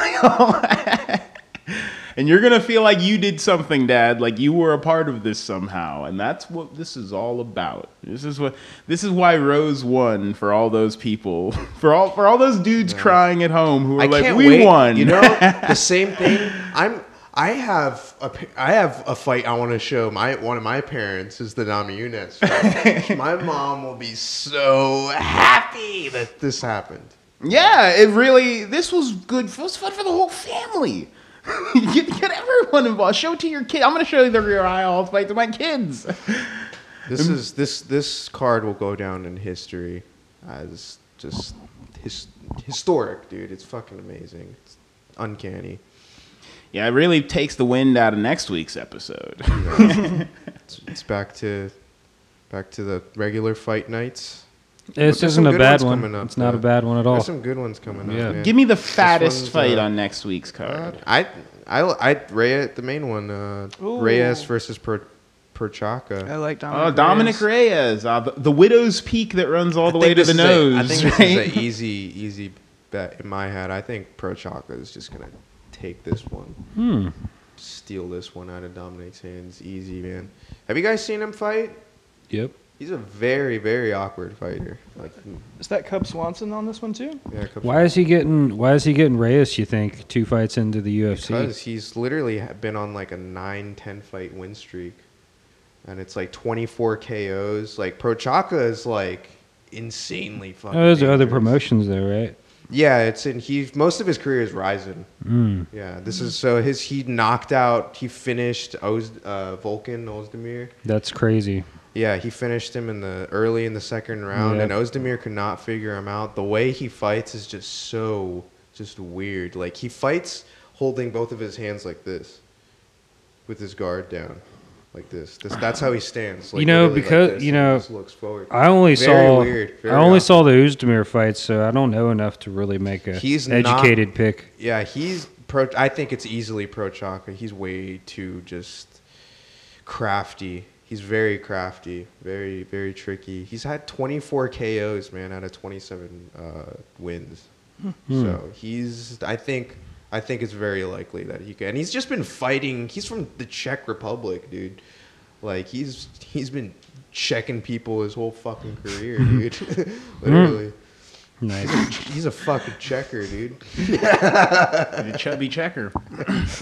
Speaker 1: and you're gonna feel like you did something, Dad. Like you were a part of this somehow, and that's what this is all about. This is what this is why Rose won for all those people, for all for all those dudes crying at home who are
Speaker 3: I
Speaker 1: like,
Speaker 3: can't
Speaker 1: "We
Speaker 3: wait.
Speaker 1: won."
Speaker 3: You know, the same thing. I'm. I have a. pa- I have a fight I want to show my one of my parents is the Nami Yunus. fight. my mom will be so happy that this happened.
Speaker 1: Yeah, it really. This was good. It was fun for the whole family. get, get everyone involved. Show it to your kid. I'm gonna show you the rear aisle fight to my kids.
Speaker 3: This is this this card will go down in history as just his, historic, dude. It's fucking amazing. It's uncanny.
Speaker 1: Yeah, it really takes the wind out of next week's episode.
Speaker 3: It's, it's back to back to the regular fight nights.
Speaker 4: This
Speaker 3: there's
Speaker 4: isn't
Speaker 3: some
Speaker 4: a
Speaker 3: good
Speaker 4: bad
Speaker 3: ones
Speaker 4: one.
Speaker 3: coming up,
Speaker 4: it's not a
Speaker 3: though.
Speaker 4: bad one at all.
Speaker 3: There's some good ones coming
Speaker 4: Yeah.
Speaker 3: up. Man.
Speaker 1: Give me the fattest
Speaker 3: one's,
Speaker 1: fight
Speaker 3: uh,
Speaker 1: on next week's card.
Speaker 3: I I I Reyes the main one uh,
Speaker 5: Ooh.
Speaker 3: Reyes versus per, Perchaca.
Speaker 5: I like Dominic.
Speaker 1: Oh, Dominic
Speaker 5: Reyes.
Speaker 1: Reyes, uh, the, the widow's peak that runs all the
Speaker 3: I
Speaker 1: way
Speaker 3: think
Speaker 1: to
Speaker 3: this
Speaker 1: the
Speaker 3: is
Speaker 1: nose.
Speaker 3: A, I think this
Speaker 1: right?
Speaker 3: is an easy easy bet in my head. I think Prochaca is just gonna take this one,
Speaker 4: Hmm.
Speaker 3: steal this one out of Dominic's hands. Easy man. Have you guys seen him fight?
Speaker 4: Yep.
Speaker 3: He's a very very awkward fighter. Like
Speaker 5: Is that Cub Swanson on this one too?
Speaker 3: yeah, a couple-
Speaker 4: Why is he getting? Why is he getting Reyes? You think two fights into the UFC?
Speaker 3: Because he's literally ha- been on like a 9 10 fight win streak. And it's like 24 KOs. Like, Prochaka is like insanely fucking.
Speaker 4: Oh, those are other
Speaker 3: dangerous.
Speaker 4: promotions, though, right?
Speaker 3: Yeah, it's in. He most of his career is Ryzen.
Speaker 4: Mm.
Speaker 3: Yeah, this is so his. He knocked out. He finished Oz, uh, Vulcan Ozdemir.
Speaker 4: That's crazy.
Speaker 3: Yeah, he finished him in the early in the second round,
Speaker 4: Yep.
Speaker 3: and Ozdemir could not figure him out. The way he fights is just so just weird. Like he fights holding both of his hands like this, with his guard down, like this. this that's how he stands. Like,
Speaker 4: You know,
Speaker 3: literally like
Speaker 4: because-
Speaker 3: this,
Speaker 4: you
Speaker 3: and he
Speaker 4: know,
Speaker 3: just looks forward.
Speaker 4: I only
Speaker 3: Very
Speaker 4: saw.
Speaker 3: weird, very
Speaker 4: I only
Speaker 3: awkward.
Speaker 4: saw the Uzdemir fight, so I don't know enough to really make a
Speaker 3: He's not-
Speaker 4: educated pick.
Speaker 3: Yeah, he's pro. I think it's easily pro Chaka. He's way too just crafty. He's very crafty, very very tricky. He's had 24 KOs, man, out of 27 uh, wins. So he's. I think. I think it's very likely that he can. And he's just been fighting. He's from the Czech Republic, dude. Like he's he's been checking people his whole fucking career, dude. Literally.
Speaker 4: Nice.
Speaker 3: He's a fucking checker, dude.
Speaker 1: the chubby checker.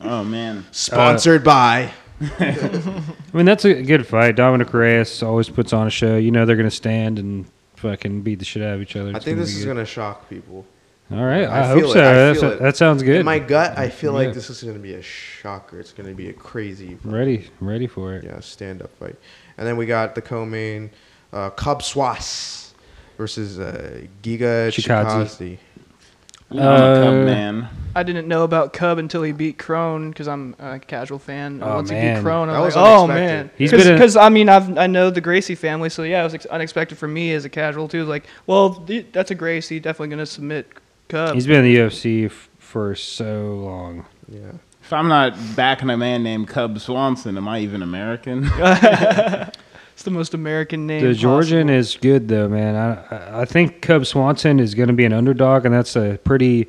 Speaker 1: oh man,
Speaker 4: Uh,
Speaker 3: Sponsored by.
Speaker 4: I mean, that's a good fight. Dominic Reyes always puts on a show. You know they're going to stand and fucking beat the shit out of each other.
Speaker 3: I
Speaker 4: It's
Speaker 3: think
Speaker 4: gonna
Speaker 3: this
Speaker 4: be
Speaker 3: is
Speaker 4: good.
Speaker 3: going to shock people.
Speaker 4: All right, I,
Speaker 3: feel
Speaker 4: hope so.
Speaker 3: it, I
Speaker 4: That's-
Speaker 3: feel it.
Speaker 4: that sounds good.
Speaker 3: In my gut, I feel
Speaker 4: Yeah. Mm.
Speaker 3: like this is going to be a shocker. It's going to be a crazy,
Speaker 4: I'm ready, I'm ready for it.
Speaker 3: yeah, stand up fight. And then we got the co-main, uh, Cub Swas versus uh, Giga
Speaker 4: Chikadze.
Speaker 3: Chikadze.
Speaker 1: I'm a
Speaker 4: Uh,
Speaker 1: cub man.
Speaker 5: I didn't know about Cub until he beat Crone because I'm a casual fan. And
Speaker 4: Oh,
Speaker 5: Once he
Speaker 4: man.
Speaker 5: beat Crone,
Speaker 3: That
Speaker 5: I was
Speaker 3: was
Speaker 5: like, oh
Speaker 3: unexpected.
Speaker 5: man,
Speaker 4: He's been a-
Speaker 5: because I mean I've I know the Gracie family, so yeah, it was ex- unexpected for me as a casual too. Like, well, th- that's a Gracie, definitely gonna submit Cub.
Speaker 4: He's been in the UFC f- for so long.
Speaker 3: Yeah.
Speaker 1: If I'm not backing a man named Cub Swanson, am I even American?
Speaker 5: it's the most American name.
Speaker 4: The Georgian
Speaker 5: possible.
Speaker 4: is good though, man. I- I I think Cub Swanson is going to be an underdog, and that's a pretty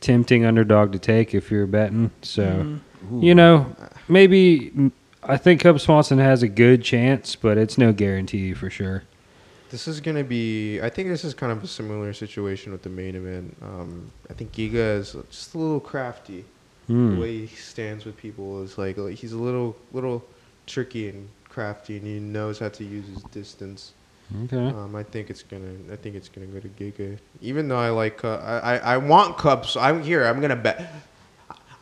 Speaker 4: tempting underdog to take if you're betting. So,
Speaker 3: Mm-hmm.
Speaker 4: you know, maybe I think Cub Swanson has a good chance, but it's no guarantee for sure.
Speaker 3: This is going to be. I think this is kind of a similar situation with the main event. Um, I think Giga is just a little crafty. The
Speaker 4: Hmm.
Speaker 3: way he stands with people is like, like he's a little little tricky and crafty, and he knows how to use his distance.
Speaker 4: Okay.
Speaker 3: Um, I think it's gonna. I think it's gonna go to Giga. Even though I like, uh, I, I I want cups. I'm here. I'm gonna bet.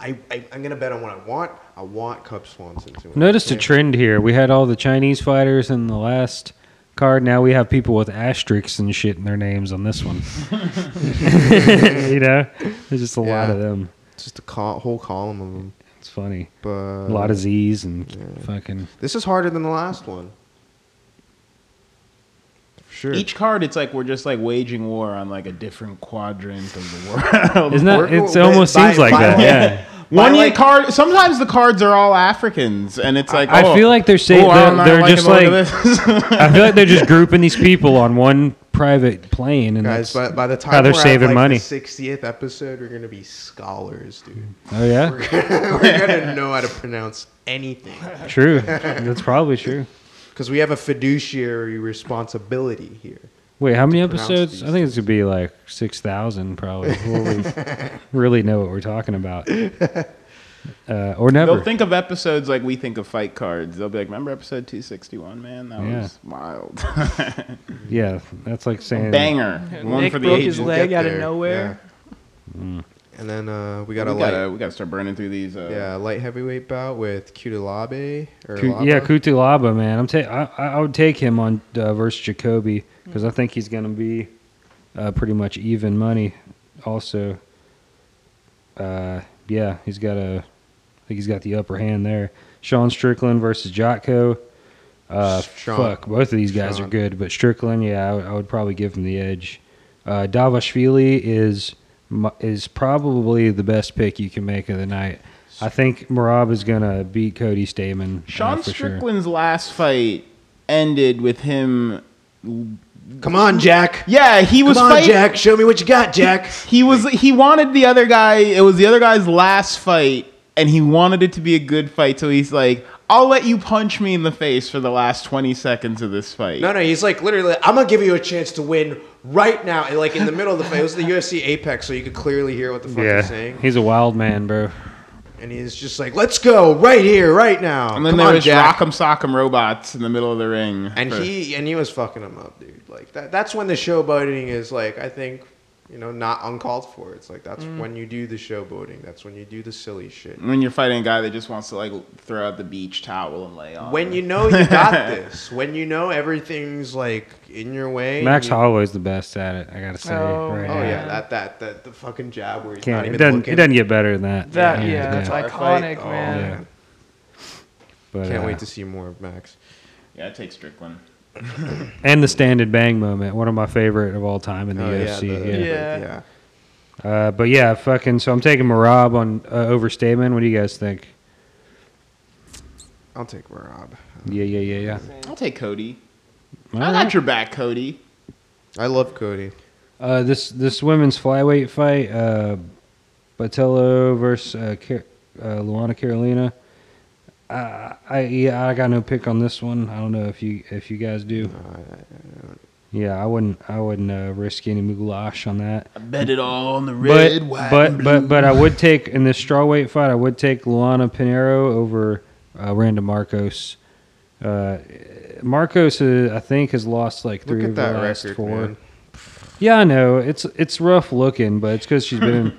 Speaker 3: I, I I'm gonna bet on what I want. I want Cup Swanson to win.
Speaker 4: Noticed a
Speaker 3: Yeah.
Speaker 4: trend here. We had all the Chinese fighters in the last card. Now we have people with asterisks and shit in their names on this one. you know, there's just a lot
Speaker 3: Yeah.
Speaker 4: of them.
Speaker 3: Just a col- whole column of them.
Speaker 4: It's funny.
Speaker 3: But
Speaker 4: A lot of
Speaker 3: Uh,
Speaker 4: Z's and fucking.
Speaker 3: This is harder than the last one. For sure.
Speaker 1: Each card, it's like we're just like waging war on like a different quadrant of the world.
Speaker 4: Isn't that?
Speaker 3: We're-
Speaker 4: It
Speaker 3: we're-
Speaker 4: almost
Speaker 3: by-
Speaker 4: seems like
Speaker 3: by-
Speaker 4: that. Yeah.
Speaker 1: One
Speaker 3: But,
Speaker 1: year
Speaker 3: like-
Speaker 1: card. Sometimes the cards are all Africans, and it's like
Speaker 4: I
Speaker 1: oh,
Speaker 4: feel like they're saying-
Speaker 1: oh, I don't
Speaker 4: they're-
Speaker 1: know,
Speaker 4: they're
Speaker 1: I can
Speaker 4: just
Speaker 1: vote
Speaker 4: like-
Speaker 1: for this.
Speaker 4: I feel like they're just grouping these people on one private plane, and
Speaker 3: Guys, by,
Speaker 4: that's,
Speaker 3: by the time
Speaker 4: how they're
Speaker 3: we're
Speaker 4: saving
Speaker 3: at, like,
Speaker 4: money.
Speaker 3: The 60th episode, we're gonna be scholars, dude.
Speaker 4: oh yeah,
Speaker 3: we're gonna know how to pronounce anything
Speaker 4: true. That's probably true.
Speaker 3: because we have a fiduciary responsibility here.
Speaker 4: Wait, how many
Speaker 3: pronounce
Speaker 4: episodes?
Speaker 3: these
Speaker 4: I think it's gonna be like six thousand probably before we really know what we're talking about, uh, or never.
Speaker 1: They'll think of episodes like we think of fight cards. They'll be like, "Remember episode 261, man? That
Speaker 4: Yeah.
Speaker 1: was wild,
Speaker 4: yeah, that's like saying
Speaker 1: banger, one
Speaker 5: Nick
Speaker 1: for the
Speaker 5: broke his
Speaker 1: ages."
Speaker 3: We'll
Speaker 5: leg
Speaker 3: get
Speaker 5: out of
Speaker 3: there,
Speaker 5: nowhere.
Speaker 3: yeah. And then uh, we
Speaker 1: Mm. We
Speaker 3: got a light,
Speaker 1: gotta, we gotta start burning through these. Uh,
Speaker 3: yeah, light heavyweight bout with Kutalabe or
Speaker 4: Ku-
Speaker 3: Laba.
Speaker 4: yeah, Kutulaba, man. I'm ta- I, I- I would take him on uh, versus Jacoby because I think he's going to be uh, pretty much even money. Also, uh, yeah, he's got a. I think he's got the upper hand there. Sean Strickland versus Jocko. Uh,
Speaker 3: Sean.
Speaker 4: fuck, both of these guys are
Speaker 3: Sean.
Speaker 4: good, but Strickland, yeah, I would- I would probably give him the edge. Uh, Davashvili is mu- is probably the best pick you can make of the night. I think Marab is gonna beat Cody Stamen. uh,
Speaker 1: Sean
Speaker 4: for sure.
Speaker 1: Strickland's last fight ended with him.
Speaker 3: Come on, Jack.
Speaker 1: Yeah, he was
Speaker 3: Come on,
Speaker 1: fighting.
Speaker 3: Jack. Show me what you got, Jack.
Speaker 1: He was he wanted the other guy. It was the other guy's last fight, and he wanted it to be a good fight. So he's like, "I'll let you punch me in the face for the last twenty seconds of this fight."
Speaker 3: No, no, he's like literally. I'm gonna give you a chance to win right now, and like in the middle of the fight. It was the UFC Apex, so you could clearly hear what the fuck he's
Speaker 4: Yeah,
Speaker 3: saying.
Speaker 4: he's a wild man, bro.
Speaker 3: And he's just like, "Let's go right here, right now."
Speaker 1: And then
Speaker 3: Come
Speaker 1: there
Speaker 3: on,
Speaker 1: was
Speaker 3: Jack.
Speaker 1: Rock'em Sock'em robots in the middle of the ring.
Speaker 3: and
Speaker 1: for-
Speaker 3: he and he was fucking him up, dude. Like that. That's when the showboating is like, I think, you know, not uncalled for. It's like that's
Speaker 4: Mm.
Speaker 3: when you do the showboating. That's when you do the silly shit.
Speaker 1: when you're fighting a guy that just wants to like throw out the beach towel and lay on.
Speaker 3: When you know you got this. When you know everything's like in your way.
Speaker 4: Max
Speaker 3: you,
Speaker 4: Holloway's the best at it. I gotta say,
Speaker 5: Oh,
Speaker 4: right
Speaker 3: Oh
Speaker 4: now.
Speaker 3: yeah, that that that the fucking jab where he's
Speaker 4: Can't-
Speaker 3: not
Speaker 4: it
Speaker 3: even
Speaker 4: doesn't
Speaker 3: looking.
Speaker 4: it doesn't get better than that.
Speaker 5: That yeah, that's
Speaker 3: yeah.
Speaker 5: iconic,
Speaker 3: Fight. Oh,
Speaker 5: man.
Speaker 4: Yeah. But,
Speaker 3: Can't
Speaker 4: uh,
Speaker 3: wait to see more of Max.
Speaker 1: yeah, take Strickland.
Speaker 4: and the stand and bang moment, one of my favorite of all time in the
Speaker 3: Oh,
Speaker 4: UFC.
Speaker 3: the-
Speaker 4: yeah.
Speaker 3: the-
Speaker 5: Yeah.
Speaker 3: yeah.
Speaker 4: Uh, but yeah, fucking. So I'm taking Marab on uh, over Stamen. What do you guys think?
Speaker 3: I'll take Rob.
Speaker 4: Yeah, yeah, yeah, yeah.
Speaker 1: I'll take Cody.
Speaker 4: All
Speaker 1: I
Speaker 4: right.
Speaker 1: got your back, Cody.
Speaker 3: I love Cody.
Speaker 4: Uh, this this women's flyweight fight, uh, Botello versus uh, Car- uh, Luana Carolina. Uh, I yeah, I got no pick on this one. I don't know if you if you guys do. Yeah, I wouldn't I wouldn't uh, risk any goulash on that.
Speaker 1: I bet it all on the
Speaker 4: But
Speaker 1: red, white,
Speaker 4: but
Speaker 1: and
Speaker 4: but
Speaker 1: blue.
Speaker 4: but I would take in this strawweight fight. I would take Luana Pinero over uh, Randa Marcos. Uh, Marcos, uh, I think, has lost like three
Speaker 3: Look at
Speaker 4: of the
Speaker 3: that
Speaker 4: last
Speaker 3: record,
Speaker 4: four.
Speaker 3: man.
Speaker 4: Yeah, I know it's it's rough looking, but it's because she's been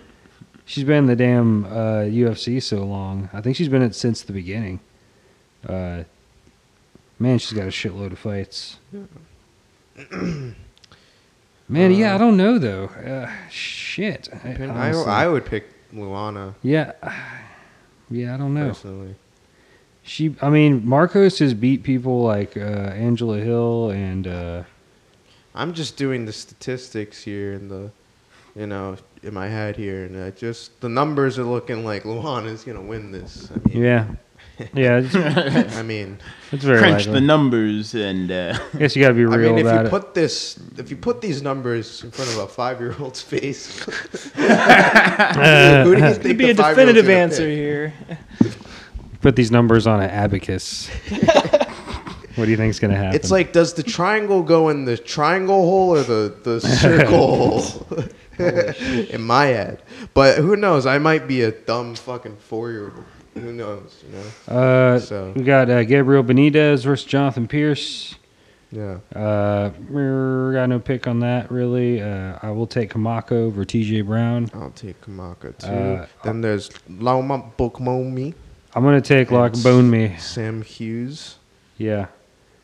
Speaker 4: she's been in the damn uh, UFC so long. I think she's been it since the beginning. Uh, man, she's got a shitload of fights. man, yeah, I don't know though. Uh, shit, I,
Speaker 3: Pin- I,
Speaker 4: honestly-
Speaker 3: I would pick Luana
Speaker 4: yeah, yeah, I don't know.
Speaker 3: personally.
Speaker 4: She, I mean, Marcos has beat people like uh, Angela Hill and uh,
Speaker 3: I'm just doing the statistics here and the, you know, in my head here, and I just the numbers are looking like Luana's gonna win this. I mean,
Speaker 4: yeah, yeah. It's,
Speaker 3: I mean,
Speaker 4: it's very
Speaker 1: crunch
Speaker 4: likely.
Speaker 1: the numbers and uh,
Speaker 4: I guess you got to be
Speaker 3: I
Speaker 4: real
Speaker 3: mean, if
Speaker 4: about
Speaker 3: you
Speaker 4: it.
Speaker 3: put this, if you put these numbers in front of a five-year-old's face, who do you think
Speaker 5: Could
Speaker 3: the
Speaker 5: be a definitive
Speaker 3: five-year-old's gonna
Speaker 5: answer
Speaker 3: pick?
Speaker 5: here.
Speaker 4: put these numbers on an abacus. what do you think's gonna happen?
Speaker 3: It's like, does the triangle go in the triangle hole or the, the circle
Speaker 4: Oh,
Speaker 3: hole? in my head. But who knows? I might be a dumb fucking four year old. Who knows? You know?
Speaker 4: uh,
Speaker 3: so.
Speaker 4: we got uh, Gabriel Benitez versus Jonathan Pierce.
Speaker 3: Yeah.
Speaker 4: Uh, we got no pick on that really. Uh, I will take Kamako over T.J. Brown.
Speaker 3: I'll take Kamaka too.
Speaker 4: Uh,
Speaker 3: then there's Loma Bokmomi,
Speaker 4: I'm gonna take Lock
Speaker 3: It's-
Speaker 4: Bone Me.
Speaker 3: Sam Hughes.
Speaker 4: Yeah,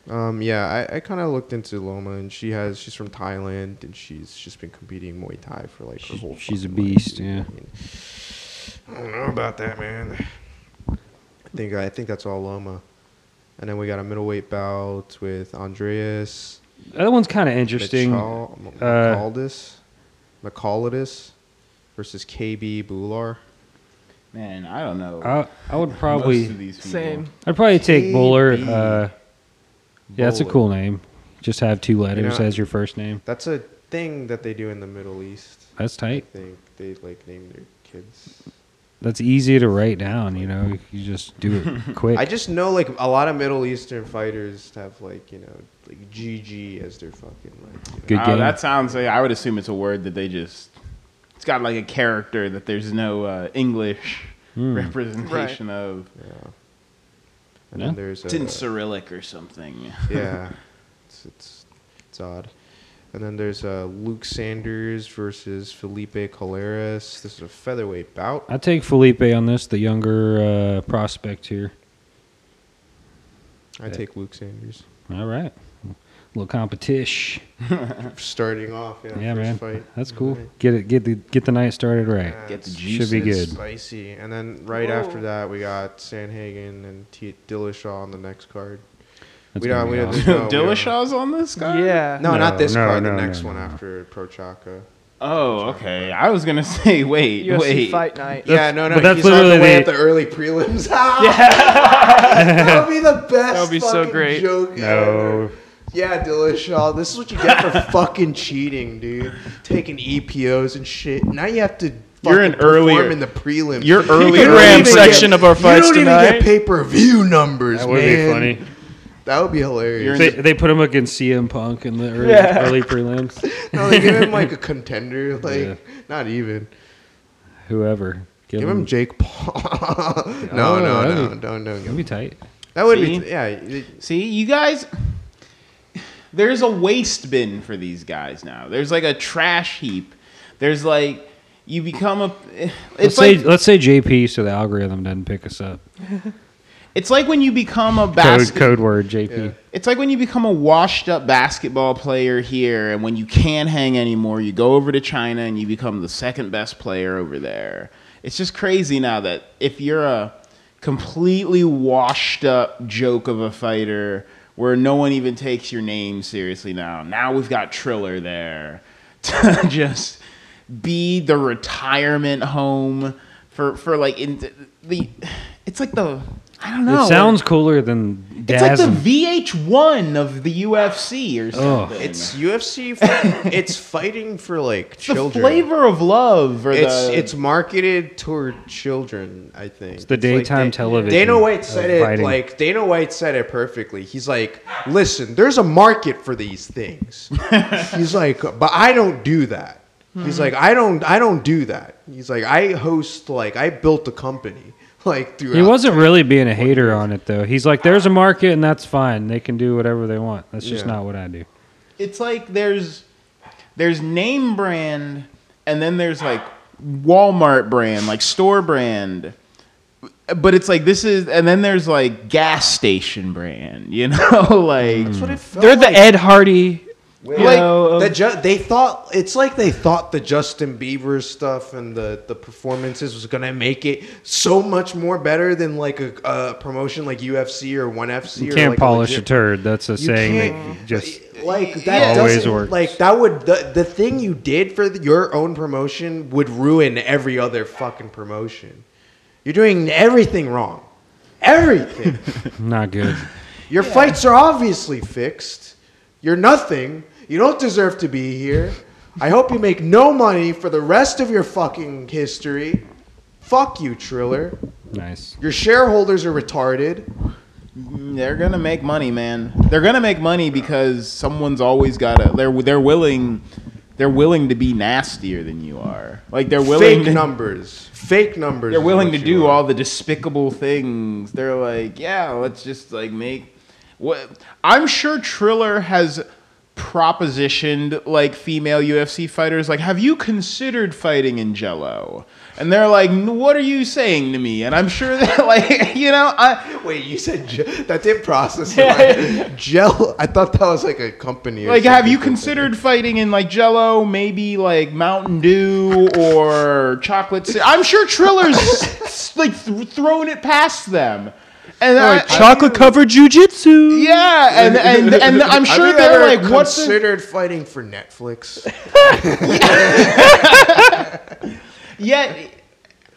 Speaker 3: Um, yeah, I, I kind of looked into Loma, and she has she's from Thailand, and she's just been competing Muay Thai for like her
Speaker 4: She's-
Speaker 3: whole.
Speaker 4: she's a
Speaker 3: fucking life,
Speaker 4: beast,
Speaker 3: dude.
Speaker 4: yeah.
Speaker 3: I, mean, I don't know about that, man. I think I think that's all Loma, and then we got a middleweight bout with Andreas
Speaker 4: that one's kind of interesting.
Speaker 3: Michal- M-
Speaker 4: Uh,
Speaker 3: Micaldis, Micaldis versus KB Bular.
Speaker 1: man, I don't know.
Speaker 4: I I would
Speaker 1: Most of
Speaker 4: probably
Speaker 1: these people.
Speaker 5: Same.
Speaker 4: I'd probably take Buller.
Speaker 3: KB.
Speaker 4: Uh, yeah, that's a
Speaker 3: Buller.
Speaker 4: cool name. Just have two letters
Speaker 3: know-
Speaker 4: as your first name.
Speaker 3: That's a thing that they do in the Middle East.
Speaker 4: That's
Speaker 3: I
Speaker 4: tight.
Speaker 3: think they like name their kids.
Speaker 4: That's easy to write down. You know, you just do it quick.
Speaker 3: I just know like a lot of Middle Eastern fighters have like you know like GG as their fucking like. you know.
Speaker 4: Good
Speaker 1: Oh,
Speaker 4: game.
Speaker 1: that sounds like I would assume it's a word that they just. It's got like a character that there's no uh, English
Speaker 4: Hmm.
Speaker 1: representation of.
Speaker 3: Yeah. And
Speaker 4: Yeah.
Speaker 3: then there's
Speaker 1: It's
Speaker 3: a,
Speaker 1: in Cyrillic or something.
Speaker 3: yeah, it's, it's it's odd. And then there's uh, Luke Sanders versus Felipe Coleras. This is a featherweight bout.
Speaker 4: I take Felipe on this, the younger uh, prospect here.
Speaker 3: I take Luke Sanders.
Speaker 4: All right, little competition.
Speaker 3: Starting off, yeah,
Speaker 4: Yeah,
Speaker 3: first
Speaker 4: man,
Speaker 3: fight.
Speaker 4: that's cool.
Speaker 3: Right.
Speaker 4: Get it, get the get the night started right.
Speaker 3: Yeah,
Speaker 1: Get the
Speaker 3: it's-
Speaker 1: juices.
Speaker 4: Should be
Speaker 3: it's
Speaker 4: good.
Speaker 3: Spicy. And then right after
Speaker 5: Whoa.
Speaker 3: that, we got Sanhagen and T- Dillashaw on the next card.
Speaker 4: That's
Speaker 3: we
Speaker 4: gonna
Speaker 3: don't. We
Speaker 4: be
Speaker 3: don't.
Speaker 4: awesome.
Speaker 3: there's no- we don't-
Speaker 1: Dillashaw's on this guy?
Speaker 5: Yeah.
Speaker 3: No, not this
Speaker 4: No,
Speaker 3: card.
Speaker 4: no,
Speaker 3: the
Speaker 4: no,
Speaker 3: next
Speaker 4: no,
Speaker 3: one
Speaker 4: no.
Speaker 3: after Prochaka.
Speaker 1: Oh, okay. I was gonna say, wait,
Speaker 5: UFC
Speaker 1: wait.
Speaker 5: fight night.
Speaker 3: Yeah, no, no.
Speaker 4: but that's
Speaker 3: he's on the
Speaker 4: literally
Speaker 3: way
Speaker 4: the-
Speaker 3: at the early prelims. that would be the best. That
Speaker 5: would be so great.
Speaker 3: Joke
Speaker 4: No.
Speaker 3: ever. Yeah, Dillashaw. This is what you get for fucking cheating, dude. Taking EPOs and shit. Now you have to.
Speaker 1: You're an
Speaker 3: fucking perform
Speaker 1: earlier-
Speaker 3: in the prelims.
Speaker 1: You're
Speaker 3: You
Speaker 1: earlier
Speaker 3: don't
Speaker 1: ram
Speaker 3: even
Speaker 5: section of our fights
Speaker 3: You don't even
Speaker 5: tonight.
Speaker 3: get pay-per-view numbers.
Speaker 4: That would
Speaker 3: man.
Speaker 4: be funny.
Speaker 3: That would be hilarious.
Speaker 4: They, they put him against CM Punk in the early,
Speaker 5: Yeah.
Speaker 4: early prelims.
Speaker 3: no, they give him like a contender. Like
Speaker 4: Yeah.
Speaker 3: not even.
Speaker 4: Whoever, give,
Speaker 3: Give
Speaker 4: him.
Speaker 3: him Jake Paul. no,
Speaker 4: Oh,
Speaker 3: no,
Speaker 4: that'd
Speaker 3: no,
Speaker 4: be-
Speaker 3: don't, don't give
Speaker 4: That'd
Speaker 3: him.
Speaker 4: be tight.
Speaker 3: That would be,
Speaker 1: See?
Speaker 3: yeah. it-
Speaker 1: See, you guys, there's a waste bin for these guys now. There's like a trash heap. There's like you become a.
Speaker 4: Let's
Speaker 1: It's like
Speaker 4: say let's say JP, so the algorithm doesn't pick us up.
Speaker 1: it's like when you become a
Speaker 4: Code,
Speaker 1: basket.
Speaker 4: code word JP.
Speaker 3: Yeah.
Speaker 1: It's like when you become a washed up basketball player here, and when you can't hang anymore, you go over to China and you become the second best player over there. It's just crazy now that if you're a completely washed up joke of a fighter where no one even takes your name seriously now, now we've got Triller there to just be the retirement home for, for like in the. It's like the. I don't know.
Speaker 4: It sounds cooler than
Speaker 1: It's like the
Speaker 4: Dazm.
Speaker 1: VH1 of the UFC or
Speaker 4: Oh.
Speaker 1: something.
Speaker 3: It's UFC. For, it's fighting for like
Speaker 1: the
Speaker 3: children.
Speaker 1: flavor of love or
Speaker 3: It's
Speaker 1: the
Speaker 3: it's marketed toward children. I think it's
Speaker 4: the daytime
Speaker 3: like
Speaker 4: television
Speaker 3: Dana White
Speaker 4: of
Speaker 3: said it
Speaker 4: fighting.
Speaker 3: like Dana White said it perfectly. He's like, listen, there's a market for these things. He's like, but I don't do that.
Speaker 1: Hmm.
Speaker 3: He's like, I don't I don't do that. He's like, I host like I built a company like throughout.
Speaker 4: he wasn't really being a hater on it though. He's like, there's a market and that's fine. They can do whatever they want. That's just
Speaker 3: Yeah.
Speaker 4: not what I do.
Speaker 1: it's like there's there's name brand and then there's like Walmart brand, like store brand. But it's like this is and then there's like gas station brand, you know, like
Speaker 3: That's what it felt
Speaker 5: They're the
Speaker 3: like.
Speaker 5: Ed Hardy.
Speaker 3: Like
Speaker 5: you know, of-
Speaker 3: the ju- they thought it's like they thought the Justin Bieber stuff and the the performances was gonna make it so much more better than like a, a promotion like UFC or One FC.
Speaker 4: You
Speaker 3: or
Speaker 4: can't
Speaker 3: like
Speaker 4: polish
Speaker 3: legit-
Speaker 4: a turd. That's a
Speaker 3: You
Speaker 4: saying
Speaker 3: can't-
Speaker 4: that just
Speaker 3: like that
Speaker 4: Always
Speaker 3: doesn't
Speaker 4: works.
Speaker 3: like that would the, the thing you did for the, your own promotion would ruin every other fucking promotion. You're doing everything wrong. Everything.
Speaker 4: not good.
Speaker 3: Your fights are obviously fixed. You're nothing. You don't deserve to be here. I hope you make no money for the rest of your fucking history. Fuck you, Triller.
Speaker 4: nice.
Speaker 3: Your shareholders are retarded.
Speaker 1: They're gonna make money, man. They're gonna make money because someone's always gotta. They're they're willing, they're willing to be nastier than you are. Like they're willing.
Speaker 3: Fake
Speaker 1: to,
Speaker 3: numbers. Fake numbers.
Speaker 1: They're
Speaker 3: is
Speaker 1: willing
Speaker 3: what
Speaker 1: to
Speaker 3: you
Speaker 1: do
Speaker 3: are.
Speaker 1: all the despicable things. They're like, yeah, let's just like make. What I'm sure Triller has propositioned like female UFC fighters. Like, have you considered fighting in Jello? And they're like, "N- what are you saying to me? And I'm sure that like you know I.
Speaker 3: Wait, you said je- that did process. it. Gel. I thought that was like a company. or
Speaker 1: Like, have you
Speaker 3: something.
Speaker 1: considered fighting in like Jello, maybe like Mountain Dew or chocolate? Syrup? I'm sure Triller's s- like th- thrown it past them, and I-
Speaker 5: chocolate covered jujitsu.
Speaker 1: yeah, and and and I'm
Speaker 3: Have
Speaker 1: sure
Speaker 3: you
Speaker 1: they're
Speaker 3: ever
Speaker 1: like, what's the-
Speaker 3: considered fighting for Netflix?
Speaker 1: yet,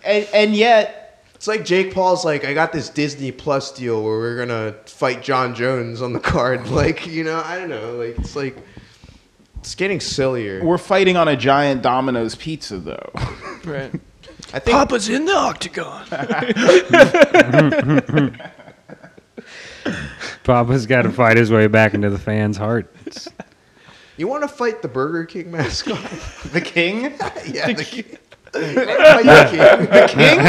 Speaker 1: and, and yet,
Speaker 3: It's like Jake Paul's like, I got this Disney Plus deal where we're gonna fight John Jones on the card. Like, you know, I don't know. Like, it's like it's getting sillier.
Speaker 1: We're fighting on a giant Domino's pizza, though.
Speaker 5: Right.
Speaker 3: I think
Speaker 5: Papa's in the octagon.
Speaker 4: Papa's got to fight his way back into the fans' hearts.
Speaker 3: you want to fight the Burger King mascot.
Speaker 1: the king?
Speaker 3: yeah, the king. Fight the king.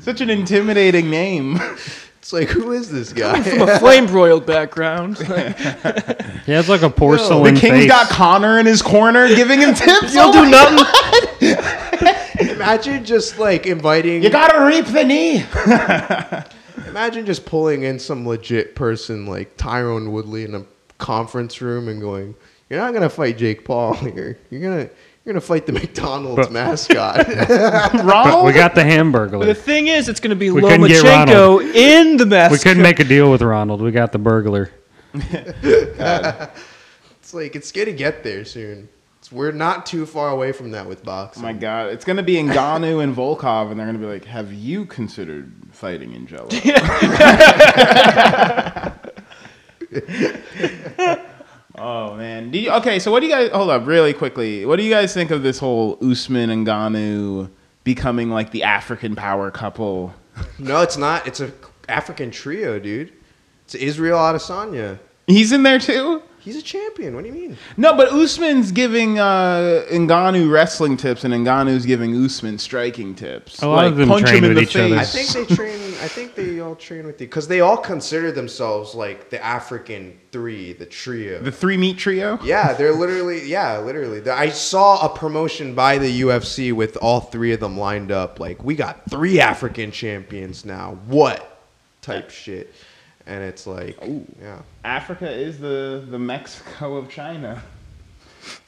Speaker 1: Such an intimidating name.
Speaker 3: It's like, who is this guy?
Speaker 5: From a flame broiled background.
Speaker 4: He has like a
Speaker 1: The
Speaker 4: porcelain
Speaker 1: king's
Speaker 4: face.
Speaker 1: got Connor in his corner giving him tips. Oh You'll do nothing.
Speaker 3: Imagine just like inviting.
Speaker 1: You gotta reap the knee.
Speaker 3: Imagine just pulling in some legit person like Tyrone Woodley in a conference room and going, "You're not gonna fight Jake Paul here. You're gonna you're gonna fight the McDonald's
Speaker 4: But-
Speaker 3: mascot."
Speaker 1: Ronald?
Speaker 4: we got the hamburger.
Speaker 5: the thing is, it's going to be
Speaker 4: We couldn't get
Speaker 5: Lomachenko in the mask.
Speaker 4: We couldn't make a deal with Ronald. We got the burglar.
Speaker 3: it's like it's gonna get there soon. It's, we're not too far away from that with
Speaker 1: Oh
Speaker 3: boxing.
Speaker 1: my god, it's gonna be Ngannou and Volkov, and they're gonna be like, "Have you considered fighting in Jello?" oh man, do you, okay. So what do you guys? Hold up, really quickly. What do you guys think of this whole Usman and Ngannou becoming like the African power couple?
Speaker 3: No, it's not. It's a African trio, dude. It's Israel Adesanya.
Speaker 1: He's in there too.
Speaker 3: He's a champion. What do you mean?
Speaker 1: No, but Usman's giving uh, Ngannou wrestling tips, and Ngannou's giving Usman striking tips.
Speaker 4: A lot of them train with each other.
Speaker 3: I think they train. I think they all train with you because they all consider themselves like the African three, the trio.
Speaker 1: the three meat trio.
Speaker 3: Yeah, they're literally yeah, literally. The- I saw a promotion by the UFC with all three of them lined up. Like we got three African champions now. What type shit? And it's like, yeah,
Speaker 1: Africa is the, the Mexico of China.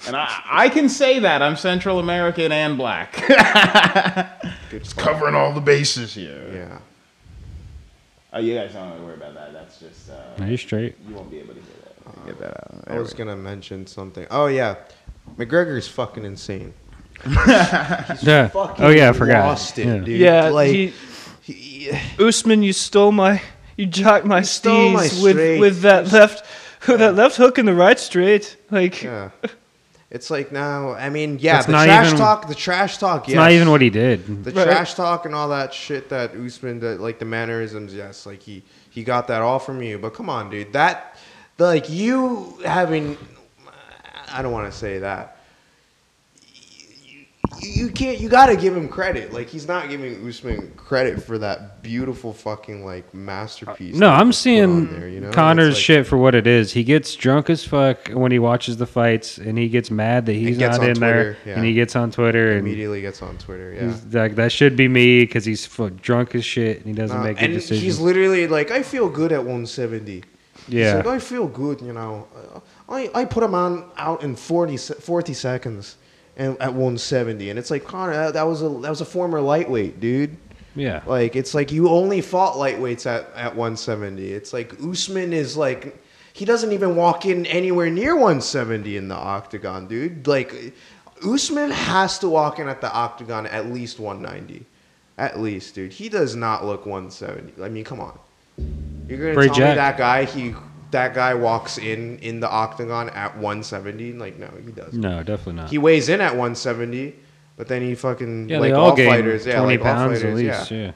Speaker 1: And I, I can say that. I'm Central American and black.
Speaker 3: good fuck.
Speaker 1: Covering all the bases here.
Speaker 3: Yeah,
Speaker 1: Oh, you guys don't have to worry about that. That's just, uh,
Speaker 4: Are you straight?
Speaker 1: you won't be able to hear that. Get that out.
Speaker 3: I was gonna mention something. Oh yeah, McGregor's fucking insane.
Speaker 4: Yeah.
Speaker 3: Fucking
Speaker 4: Oh yeah, I forgot.
Speaker 3: Lost it,
Speaker 4: Yeah.
Speaker 3: dude.
Speaker 5: Yeah,
Speaker 3: like
Speaker 5: he-
Speaker 3: he-
Speaker 5: Usman, you stole my, you jocked my
Speaker 3: stole my
Speaker 5: steez with
Speaker 3: straight.
Speaker 5: with that left, with that left hook and the right straight. Like
Speaker 3: yeah. It's like now. I mean, yeah,
Speaker 4: It's
Speaker 3: the
Speaker 4: not
Speaker 3: trash
Speaker 4: even-
Speaker 3: talk. The trash talk.
Speaker 4: It's not even what he did.
Speaker 3: the
Speaker 5: Right.
Speaker 3: trash talk and all that shit that Usman, that like the mannerisms, yes, like he he got that all from you. But come on, dude, that like you having, I don't want to say that. You, you can't. You gotta give him credit. Like he's not giving Usman credit for that beautiful fucking like masterpiece.
Speaker 4: No,
Speaker 3: that he
Speaker 4: I'm
Speaker 3: put
Speaker 4: seeing
Speaker 3: on there, you know? It's
Speaker 4: Connor's
Speaker 3: like-
Speaker 4: shit for what it is. He gets drunk as fuck when he watches the fights, and he gets mad that he's
Speaker 3: gets
Speaker 4: not
Speaker 3: on
Speaker 4: in there,
Speaker 3: Twitter, yeah.
Speaker 4: and he gets on Twitter and.
Speaker 3: Immediately gets on Twitter. Yeah.
Speaker 4: He's like that should be me because he's fu- drunk as shit and he doesn't
Speaker 3: Uh,
Speaker 4: make good
Speaker 3: and he's
Speaker 4: decisions.
Speaker 3: literally like, I feel good at 170.
Speaker 4: Yeah.
Speaker 3: He's like, I feel good, you know. I, I put a man out in 40, se- 40 seconds and, at 170. And it's like, Connor, that, that, was a, that was a former lightweight, dude.
Speaker 4: yeah,
Speaker 3: Like, it's like you only fought lightweights at, at 170. It's like Usman is like, he doesn't even walk in anywhere near 170 in the octagon, dude. Like, Usman has to walk in at the octagon at least 190. At least, dude. He does not look 170. I mean, come on. You're gonna
Speaker 4: Bray
Speaker 3: tell
Speaker 4: Jack.
Speaker 3: me that guy he that guy walks in in the octagon at 170? Like, no, he doesn't.
Speaker 4: no, definitely not.
Speaker 3: He weighs in at 170, but then he fucking
Speaker 4: yeah,
Speaker 3: like
Speaker 4: they
Speaker 3: all,
Speaker 4: all, gain
Speaker 3: fighters, yeah,
Speaker 4: twenty
Speaker 3: like all
Speaker 4: pounds
Speaker 3: fighters,
Speaker 4: at
Speaker 3: yeah.
Speaker 4: least. Yeah.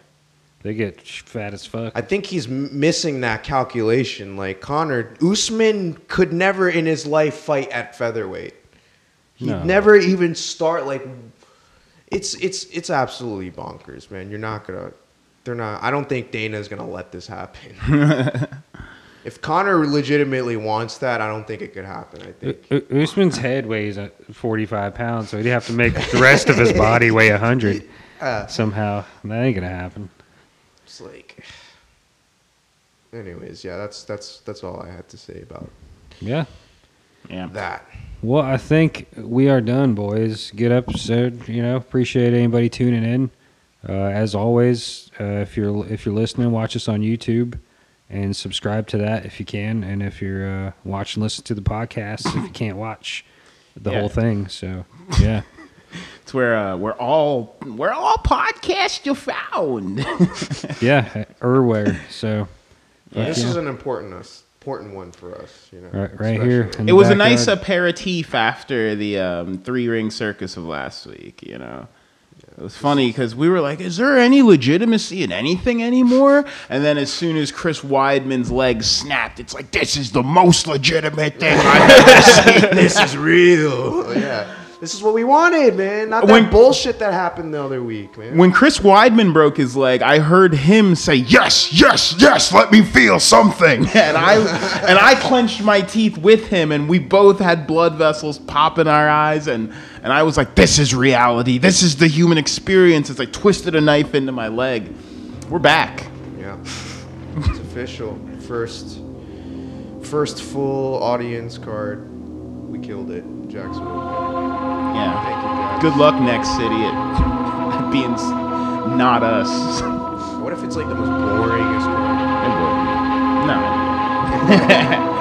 Speaker 4: they get sh- fat as fuck.
Speaker 3: I think he's m- missing that calculation. Like Connor Usman could never in his life fight at featherweight. He'd
Speaker 4: No.
Speaker 3: never even start like it's it's it's absolutely bonkers, man. You're not gonna they're not I don't think Dana's gonna let this happen. if Connor legitimately wants that, I don't think it could happen. I think
Speaker 4: U- U- Usman's head weighs uh, 45 pounds, so he'd have to make the rest of his body weigh 100 somehow. That ain't going to happen.
Speaker 3: it's like anyways, yeah, that's that's that's all I had to say about
Speaker 4: Yeah.
Speaker 1: Yeah.
Speaker 3: that.
Speaker 4: Well, I think we are done, boys. Good episode. You know, appreciate anybody tuning in. Uh, as always, uh, if you're if you're listening, watch us on YouTube and subscribe to that if you can. And if you're uh, watching, listen to the podcast if you can't watch the
Speaker 1: Yeah.
Speaker 4: whole thing. So yeah,
Speaker 1: It's where uh, we're all we're all podcast you found.
Speaker 4: Yeah, Erware. So
Speaker 3: This
Speaker 4: yeah.
Speaker 3: is an important us, important one for us. You know,
Speaker 4: right, right here.
Speaker 3: especially.
Speaker 4: in
Speaker 1: it
Speaker 4: the
Speaker 1: was a
Speaker 4: backyard.
Speaker 1: nice aperitif after the um, three ring circus of last week. You know, it was funny because we were like, "Is there any legitimacy in anything anymore?" And then as soon as Chris Weidman's leg snapped, it's like, "This is the most legitimate thing I've ever seen. This is real."
Speaker 3: Oh, yeah. This is what we wanted, man. Not that
Speaker 1: When-
Speaker 3: bullshit that happened the other week, man.
Speaker 1: When Chris Weidman broke his leg, I heard him say, "Yes, yes, yes, let me feel something." And I and I clenched my teeth with him and we both had blood vessels pop in our eyes and and I was like, "This is reality. This is the human experience." As I twisted a knife into my leg. We're back.
Speaker 3: Yeah. It's official. First first full audience card. We killed it. Jacksonville.
Speaker 1: Yeah.
Speaker 3: Thank you, Jack.
Speaker 1: Good luck next city at, at being s- not us.
Speaker 3: What if it's like the most boringest card?
Speaker 1: It would. No.